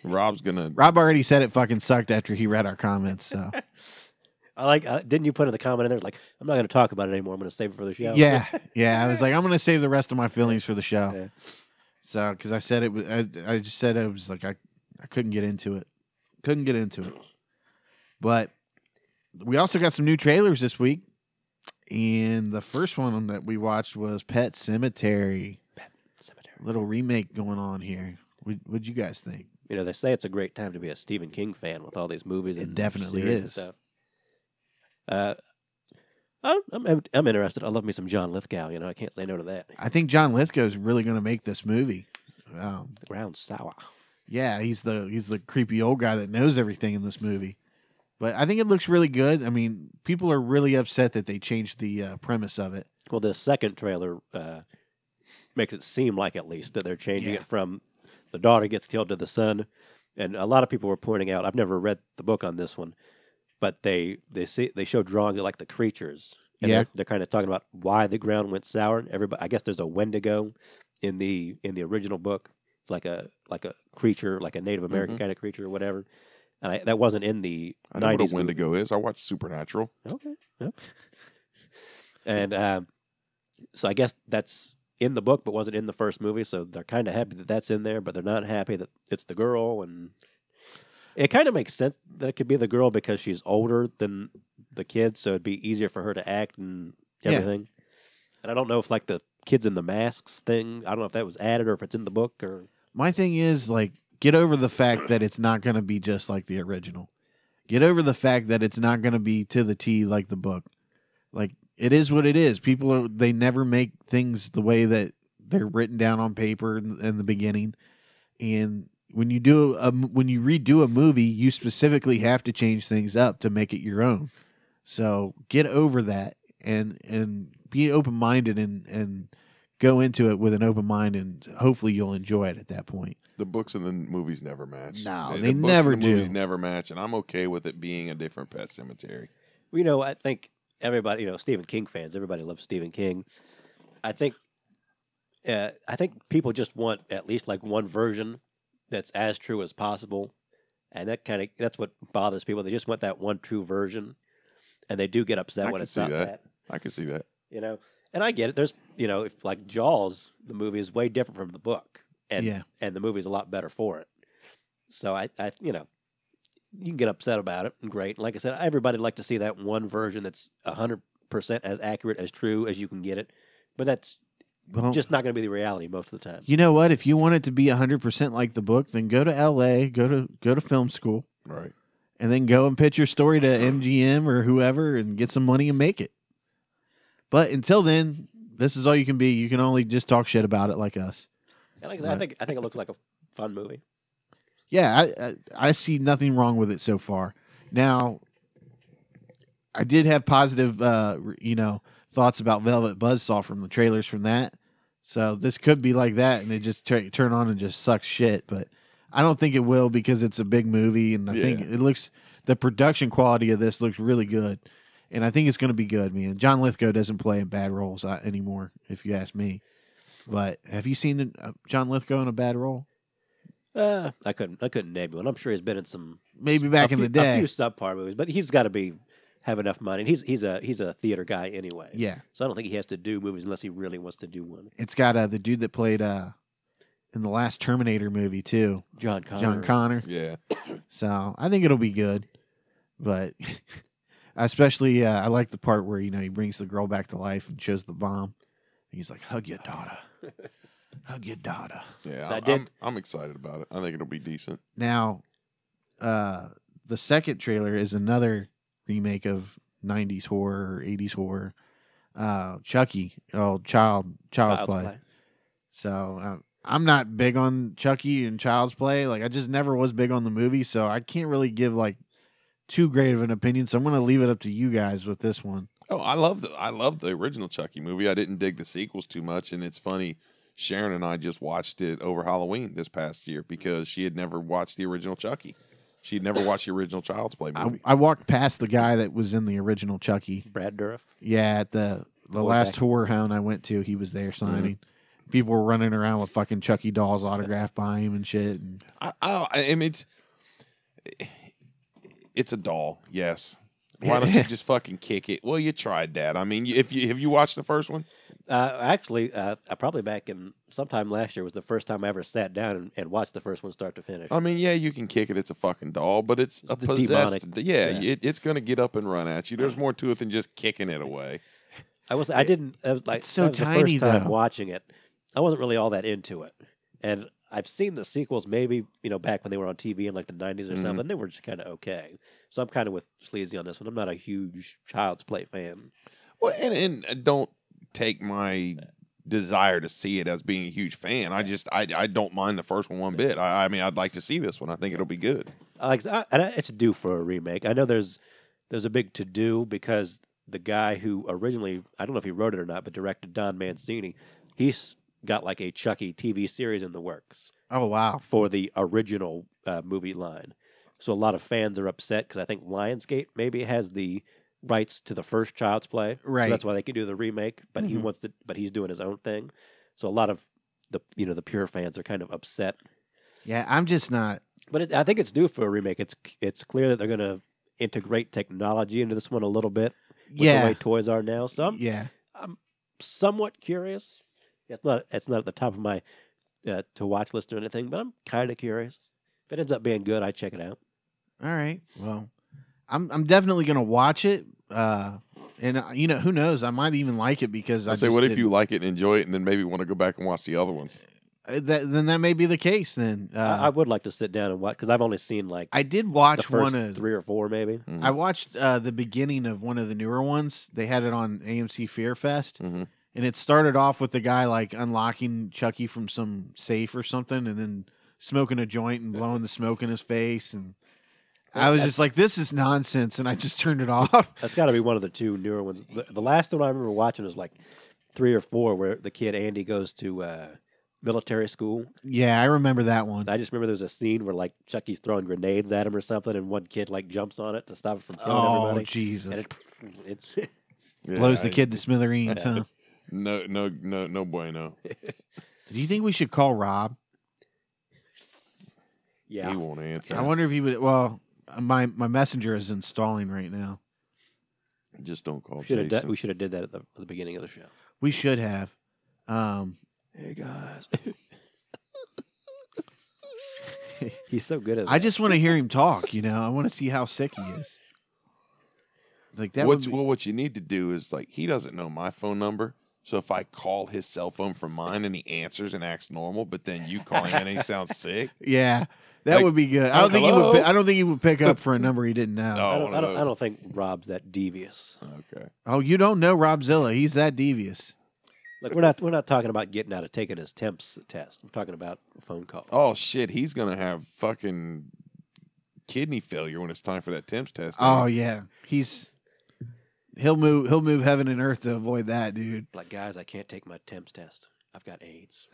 D: Rob's gonna
B: Rob already said it fucking sucked after he read our comments. So
C: I like. Uh, didn't you put in the comment in there like I'm not going to talk about it anymore. I'm going to save it for the show.
B: yeah, yeah. I was like, I'm gonna save the rest of my feelings for the show.
C: Yeah.
B: So because I said it was, I, I just said I was like I, I couldn't get into it, couldn't get into it. But we also got some new trailers this week, and the first one that we watched was Pet Cemetery.
C: Cemetery.
B: Little remake going on here. What would you guys think?
C: You know they say it's a great time to be a Stephen King fan with all these movies.
B: It
C: and
B: definitely
C: series and
B: is.
C: stuff. Uh, I'm, I'm I'm interested. I love me some John Lithgow. You know I can't say no to that.
B: I think John Lithgow is really going to make this movie. Um,
C: Brown sour.
B: yeah, he's the he's the creepy old guy that knows everything in this movie. But I think it looks really good. I mean, people are really upset that they changed the uh, premise of it.
C: Well, the second trailer uh, makes it seem like at least that they're changing
B: Yeah.
C: it from the daughter gets killed to the son, and a lot of people were pointing out. I've never read the book on this one, but they they see they show drawings of like the creatures. And
B: Yeah.
C: they're, they're kind of talking about why the ground went sour. And everybody, I guess there's a Wendigo in the in the original book, It's like a like a creature, like a Native American
D: Mhm.
C: kind of creature or whatever. And I, that wasn't in the
D: I know what a
C: 90s movie.
D: Wendigo is. I watched Supernatural.
C: Okay. yeah. and um, so I guess that's in the book, but wasn't in the first movie. So they're kind of happy that that's in there, but they're not happy that it's the girl. And it kind of makes sense that it could be the girl because she's older than the kids, so it'd be easier for her to act and
B: Yeah.
C: everything. And I don't know if like the kids in the masks thing. I don't know if that was added or if it's in the book or
B: My thing is like get over the fact that it's not going to be just like the original. Get over the fact that it's not going to be to the T like the book. Like it is what it is. People are, they never make things the way that they're written down on paper in, in the beginning. And when you do a, when you redo a movie, you specifically have to change things up to make it your own. So get over that and and be open minded and and go into it with an open mind and hopefully you'll enjoy it at that point.
D: The books and the movies never match.
B: No,
D: The-
B: they
D: the books
B: never
D: and the
B: do.
D: Movies never match, and I'm okay with it being a different Pet Cemetery.
C: Well, you know, I think everybody, you know, Stephen King fans, everybody loves Stephen King. I think, uh, I think people just want at least like one version that's as true as possible, and that kind of that's what bothers people. They just want that one true version, and they do get upset
D: I
C: when
D: can
C: it's
D: see
C: not
D: that.
C: that.
D: I can see that.
C: You know, and I get it. There's, you know, if like Jaws, the movie is way different from the book, and
B: yeah.
C: and the movie's a lot better for it. So I, I you know, you can get upset about it. and Great. Like I said, everybody'd like to see that one version that's hundred percent as accurate as true as you can get it, but that's
B: Well,
C: just not going to be the reality most of the time.
B: you know what? If you want it to be 100% like the book, then go to LA, go to go to film school
D: Right.
B: and then go and pitch your story to MGM or whoever and get some money and make it. But until then, this is all you can be. You can only just talk shit about it like us.
C: And like I said, I
B: Right.
C: think I think it looks like a fun movie.
B: yeah, I, I I see nothing wrong with it so far. Now, I did have positive, uh, re- you know, thoughts about Velvet Buzzsaw from the trailers from that. So this could be like that, and it just tur turn on and just sucks shit. But I don't think it will because it's a big movie, and I think
D: Yeah.
B: it looks the production quality of this looks really good, and I think it's going to be good, man. John Lithgow doesn't play in bad roles uh, anymore, if you ask me. But have you seen uh, John Lithgow in a bad role?
C: Uh, I couldn't. I couldn't name one. I'm sure he's been in some
B: Maybe back
C: a
B: in the
C: few-
B: day.
C: a few subpar movies, but he's got to be have enough money. He's he's a he's a theater guy anyway.
B: Yeah,
C: So I don't think he has to do movies unless he really wants to do one.
B: it's got uh, the dude that played uh, in the last Terminator movie too,
C: John Connor.
B: John Connor.
D: Yeah.
B: So I think it'll be good, but especially uh, I like the part where you know he brings the girl back to life and shows the bomb. And he's like, "Hug your daughter, hug your daughter."
D: Yeah.
C: So I
D: I'm,
C: did-
D: I'm, I'm excited about it. I think it'll be decent.
B: Now, uh, the second trailer is another remake of '90s horror, or '80s horror, uh, Chucky, oh child, child's,
C: Child's
B: play. So um, I'm not big on Chucky and Child's Play. Like I just never was big on the movie, so I can't really give like too great of an opinion. So I'm gonna leave it up to you guys with this one.
D: Oh, I love the I love the original Chucky movie. I didn't dig the sequels too much, and it's funny. Sharon and I just watched it over Halloween this past year because she had never watched the original Chucky. She'd never watched the original Child's Play
B: I,
D: movie.
B: I walked past the guy that was in the original Chucky.
C: Brad Dourif.
B: Yeah, at the the
C: Voice
B: last
C: actor.
B: horror hound I went to, he was there signing. People were running around with fucking Chucky dolls autographed by him and shit. And
D: I, I, I mean, it's it's a doll. Yes. Why don't you just fucking kick it? Well, you tried that. I mean, you- if you have you watched the first one,
C: Uh, actually, uh, I probably back in sometime last year was the first time I ever sat down and, and watched the first one start to finish.
B: Oh,
D: I mean, yeah, you can kick it. It's a fucking doll, but it's a
C: It's
D: possessed.
C: demonic.
D: Yeah,
C: Yeah.
D: It, it's gonna get up and run at you. There's more to it than just kicking it away.
C: I was I didn't I was like
B: It's so
C: that was the
B: tiny,
C: first time
B: though.
C: watching it. I wasn't really all that into it. And I've seen the sequels maybe, you know, back when they were on TV in like the 90s or
D: Mhm.
B: Mm-hmm.
C: something. They were just kind of okay. So I'm kind of with Sleazy on this one. I'm not a huge Child's Play fan.
D: Well, and, and uh, don't take my desire to see it as being a huge fan. I just I, I don't mind the first one one bit. I, I mean, I'd like to see this one. I think it'll be good.
C: I Like I, and I- it's due for a remake. I know there's there's a big to do because the guy who originally I don't know if he wrote it or not, but directed Don Mancini, he's got like a Chucky TV series in the works.
B: oh wow,
C: for the original uh, movie line. So a lot of fans are upset because I think Lionsgate maybe has the rights to the first Child's Play,
B: Right.
C: So that's why they can do the remake. But he
B: Mhm.
C: wants to, but he's doing his own thing. So a lot of the you know the pure fans are kind of upset.
B: yeah, I'm just not.
C: But it, I think it's due for a remake. It's it's clear that they're going to integrate technology into this one a little bit with the
B: Yeah,
C: way toys are now. So I'm
B: yeah.
C: somewhat curious. It's not it's not at the top of my uh, to watch list or anything, but I'm kind of curious. If it ends up being good, I check it out.
B: All right. Well, I'm I'm definitely gonna watch it. Uh, and uh, you know who knows? I might even like it because I,
D: I say,
B: just
D: what if
B: did-
D: you like it and enjoy it, and then maybe want to go back and watch the other ones?
B: Uh, that, then that may be the case. Then uh,
C: I,
B: I,
C: I would like to sit down and watch because I've only seen like
B: did
C: the
B: watch
C: first
B: one of
C: three or four, maybe.
B: I watched uh, the beginning of one of the newer ones. They had it on AMC Fear Fest,
D: Mhm.
B: and it started off with the guy like unlocking Chucky from some safe or something, and then smoking a joint and blowing the smoke in his face. And I was just like, "This is nonsense," and I just turned it off.
C: That's got to be one of the two newer ones. The, the last one I remember watching was like three or four, where the kid Andy goes to uh, military school,
B: Yeah, I remember that one.
C: and I just remember there was a scene where like Chucky's throwing grenades at him or something, and one kid like jumps on it to stop it from killing
B: Oh
C: everybody.
B: Jesus!
C: And it, it's
D: Yeah,
B: blows the
D: I-
B: kid to smithereens. Huh?
D: No, no, no, no bueno.
B: Do you think we should call Rob?
C: yeah.
D: He won't answer.
B: I wonder if he would. Well, my my messenger is installing right now.
D: Just don't call
C: Should have
D: Jason.
C: done, we should have did that at the, at the beginning of the show.
B: We should have. Um,
C: Hey guys, he's so good at.
B: I just want to hear him talk. You know, I want to see how sick he is. Like that.
D: What's,
B: would be-
D: well, what you need to do is like he doesn't know my phone number, so if I call his cell phone from mine and he answers and acts normal, but then you call him and he sounds sick.
B: yeah, that
D: like-
B: would be good. I don't
D: Oh,
B: think he would.
D: hello?
B: pi- I don't think he would pick up for a number he didn't know.
D: Oh,
C: I
D: one
C: don't,
D: of
C: I, don't, I
D: those.
C: don't think Rob's that devious.
D: Okay.
B: Oh, you don't know Rob Zilla? He's that devious.
C: Like we're not we're not talking about getting out of taking his temps test. I'm talking about a phone call.
D: Oh shit, he's gonna have fucking kidney failure when it's time for that Tim's test.
B: Oh yeah, he's he'll move he'll move heaven and earth to avoid that, dude.
C: Like guys, I can't take my temps test. I've got AIDS.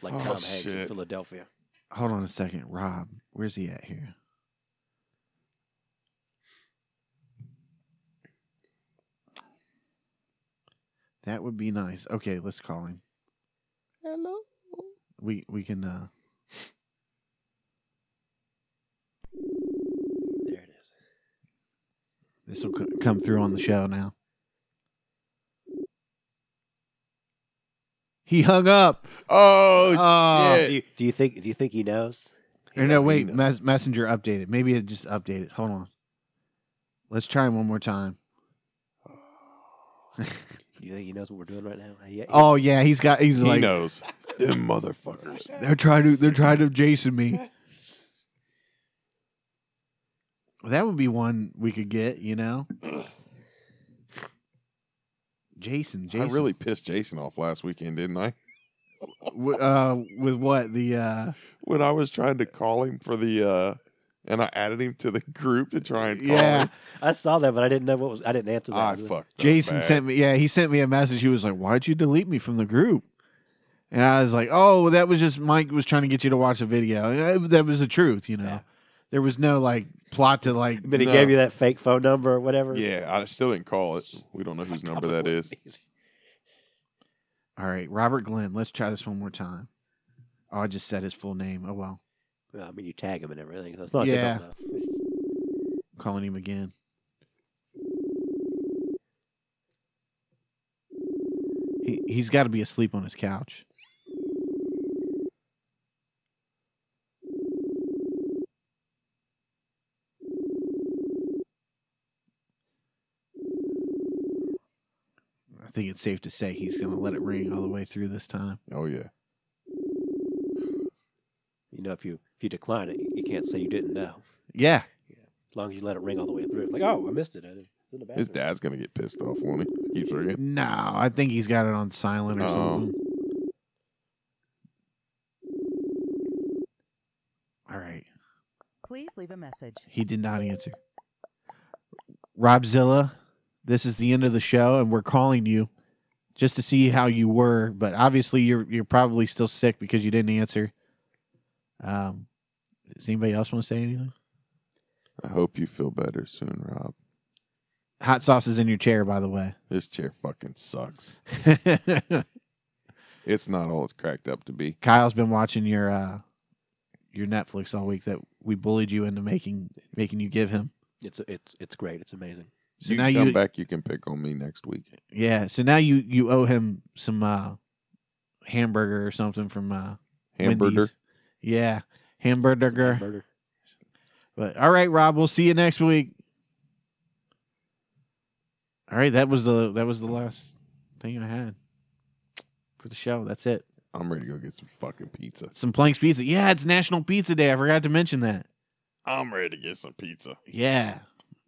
C: Like Tom Hanks in
D: shit.
C: Philadelphia.
B: Hold on a second, Rob. Where's he at here? That would be nice. Okay, let's call him.
D: hello.
B: We we can uh
C: There it is.
B: this will c- come through on the show now. He hung up.
D: Oh,
B: Oh,
D: shit.
C: Do you, do you think do you think he knows?
B: Or no,
D: he
B: wait.
D: knows.
B: Mes- messenger updated. Maybe it just updated. Hold on. Let's try him one more time.
C: You think he knows what we're doing right now? Yeah.
B: Oh yeah, he's got. He's
D: he
B: like
D: knows. Them motherfuckers.
B: they're trying to. They're trying to Jason me. That would be one we could get. You know, Jason. Jason.
D: I really pissed Jason off last weekend, didn't I?
B: W- uh, with what the uh,
D: When I was trying to call him for the, uh and I added him to the group to try and call
B: yeah.
D: him.
C: I saw that, but I didn't know what was. I didn't answer that.
D: I fucked.
B: Jason
D: up bad.
B: sent me, yeah, he sent me a message. He was like, "Why'd you delete me from the group?" And I was like, "Oh, that was just Mike was trying to get you to watch a video. And I- that was the truth, you know.
C: Yeah.
B: There was no like plot to like.
C: But he
D: No.
C: gave you that fake phone number or whatever.
D: Yeah, I still didn't call it. We don't know whose number that is.
B: All right, Robert Glenn, let's try this one more time. Oh, I just said his full name. Oh well,
C: Well, I mean, you tag him and everything, so it's not like
B: Yeah.
C: yeah. don't know.
B: calling him again. He he's got to be asleep on his couch. I think it's safe to say he's going to let it ring all the way through this time.
D: Oh yeah.
C: You know, if you if you decline it, you can't say you didn't know.
B: Yeah.
C: As long as you let it ring all the way through, like, oh, I missed it. I didn't. It's in the bathroom.
D: His dad's gonna get pissed off when he keeps ringing.
B: No, I think he's got it on silent or
D: Uh-oh.
B: something. All right.
E: Please leave a message.
B: He did not answer. Robzilla, this is the end of the show, and we're calling you just to see how you were. But obviously, you're you're probably still sick because you didn't answer. Um, does anybody else want to say anything?
D: I hope you feel better soon, Rob.
B: Hot sauce is in your chair, by the way.
D: This chair fucking sucks. It's not all it's cracked up to be.
B: Kyle's been watching your uh, your Netflix all week that we bullied you into making making you give him.
C: It's it's it's great. It's amazing.
B: So
D: you
B: now
D: come
B: you
D: back, you can pick on me next week.
B: yeah, so now you you owe him some uh, hamburger or something from uh,
D: Hamburger.
B: Wendy's. Yeah,
C: It's a
B: hamburger.
C: murder.
B: But all right, Rob, we'll see you next week. All right, that was the that was the last thing I had for the show. That's it.
D: I'm ready to go get some fucking pizza.
B: Some Planks Pizza. Yeah, it's National Pizza Day. I forgot to mention that.
D: I'm ready to get some pizza.
B: Yeah,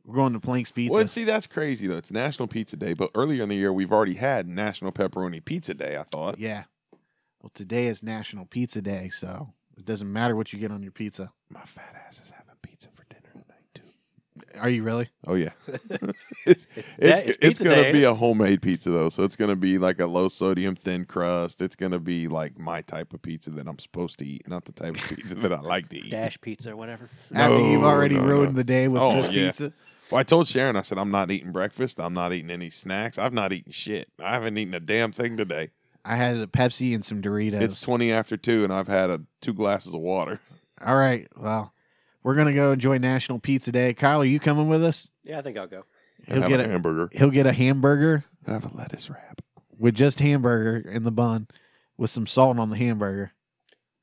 B: we're going to Planks Pizza.
D: Well, see, that's crazy though. It's National Pizza Day, but earlier in the year we've already had National Pepperoni Pizza Day. I thought.
B: Yeah. Well, today is National Pizza Day, so it doesn't matter what you get on your pizza.
D: My fat ass is having pizza for dinner tonight too.
B: Are you really?
D: Oh yeah, it's it's it's,
C: it's pizza
D: gonna
C: day,
D: be
C: ain't
D: a homemade pizza though, so it's gonna be like a low sodium thin crust. It's gonna be like my type of pizza that I'm supposed to eat, not the type of pizza that I like to eat.
C: Dash pizza or whatever.
B: After
D: No,
B: you've already
D: no,
B: ruined
D: no.
B: the day with
D: Oh,
B: just
D: yeah.
B: pizza.
D: Well, I told Sharon, I said I'm not eating breakfast. I'm not eating any snacks. I've not eaten shit. I haven't eaten a damn thing today.
B: I had a Pepsi and some Doritos.
D: It's twenty after two, and I've had a, two glasses of water.
B: All right. Well, we're gonna go enjoy National Pizza Day. Kyle, are you coming with us?
C: Yeah, I think I'll go.
D: and
B: He'll
D: have
B: get
D: a
B: a
D: hamburger.
B: he'll get a hamburger
D: I have a lettuce wrap.
B: with just hamburger in the bun, with some salt on the hamburger.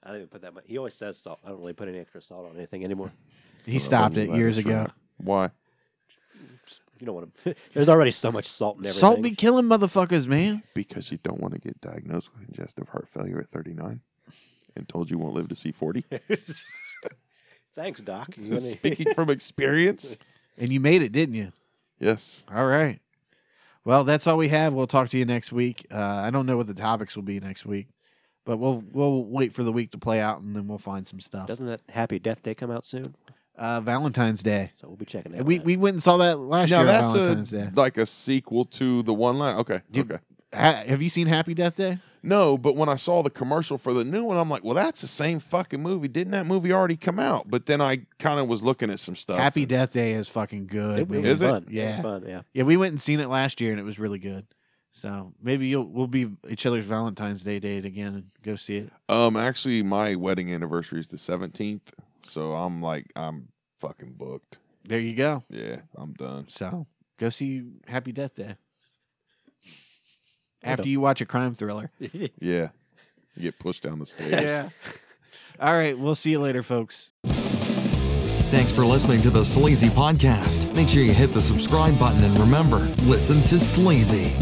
C: I don't even put that much. He always says salt. I don't really put any extra salt on anything anymore.
B: He stopped it
D: Lettuce
B: years ago.
D: wrap. Why?
C: You don't want to. There's already so much salt in everything.
B: Salt be killing motherfuckers, man.
D: Because you don't want to get diagnosed with congestive heart failure at 39 and told you won't live to see 40.
C: Thanks, Doc. You wanna-
D: Speaking from experience.
B: And you made it, didn't you?
D: Yes.
B: All right. Well, that's all we have. We'll talk to you next week. Uh, I don't know what the topics will be next week, but we'll we'll wait for the week to play out and then we'll find some stuff.
C: Doesn't that Happy Death Day come out soon?
B: Uh, Valentine's Day.
C: So we'll be checking
B: And
C: that.
B: we
C: out.
B: we went and saw that last
D: Now
B: year. on
D: that's
B: Valentine's Day.
D: a, like a sequel to the one line. Okay,
B: Do-
D: okay.
B: Ha- have you seen Happy Death Day?
D: No, but when I saw the commercial for the new one, I'm like, well, that's the same fucking movie. Didn't that movie already come out? But then I kind of was looking at some stuff.
B: Happy
D: and-
B: Death Day is fucking good.
C: it, it
B: man.
C: was
D: Is it?
C: fun. It was
B: Yeah.
C: fun. Yeah.
B: Yeah, we went and seen it last year and it was really good. So maybe you'll we'll be each other's Valentine's Day date again and go see it.
D: Um, actually, my wedding anniversary is the 17th, so I'm like, I'm fucking booked.
B: There you go.
D: Yeah, I'm done.
B: So go see Happy Death Day.
C: I
B: After
C: don't-
B: you watch a crime thriller.
D: Yeah, you get pushed down the stairs.
B: Yeah. All right, we'll see you later, folks.
A: Thanks for listening to the Sleazy Podcast. Make sure you hit the subscribe button and remember, listen to Sleazy.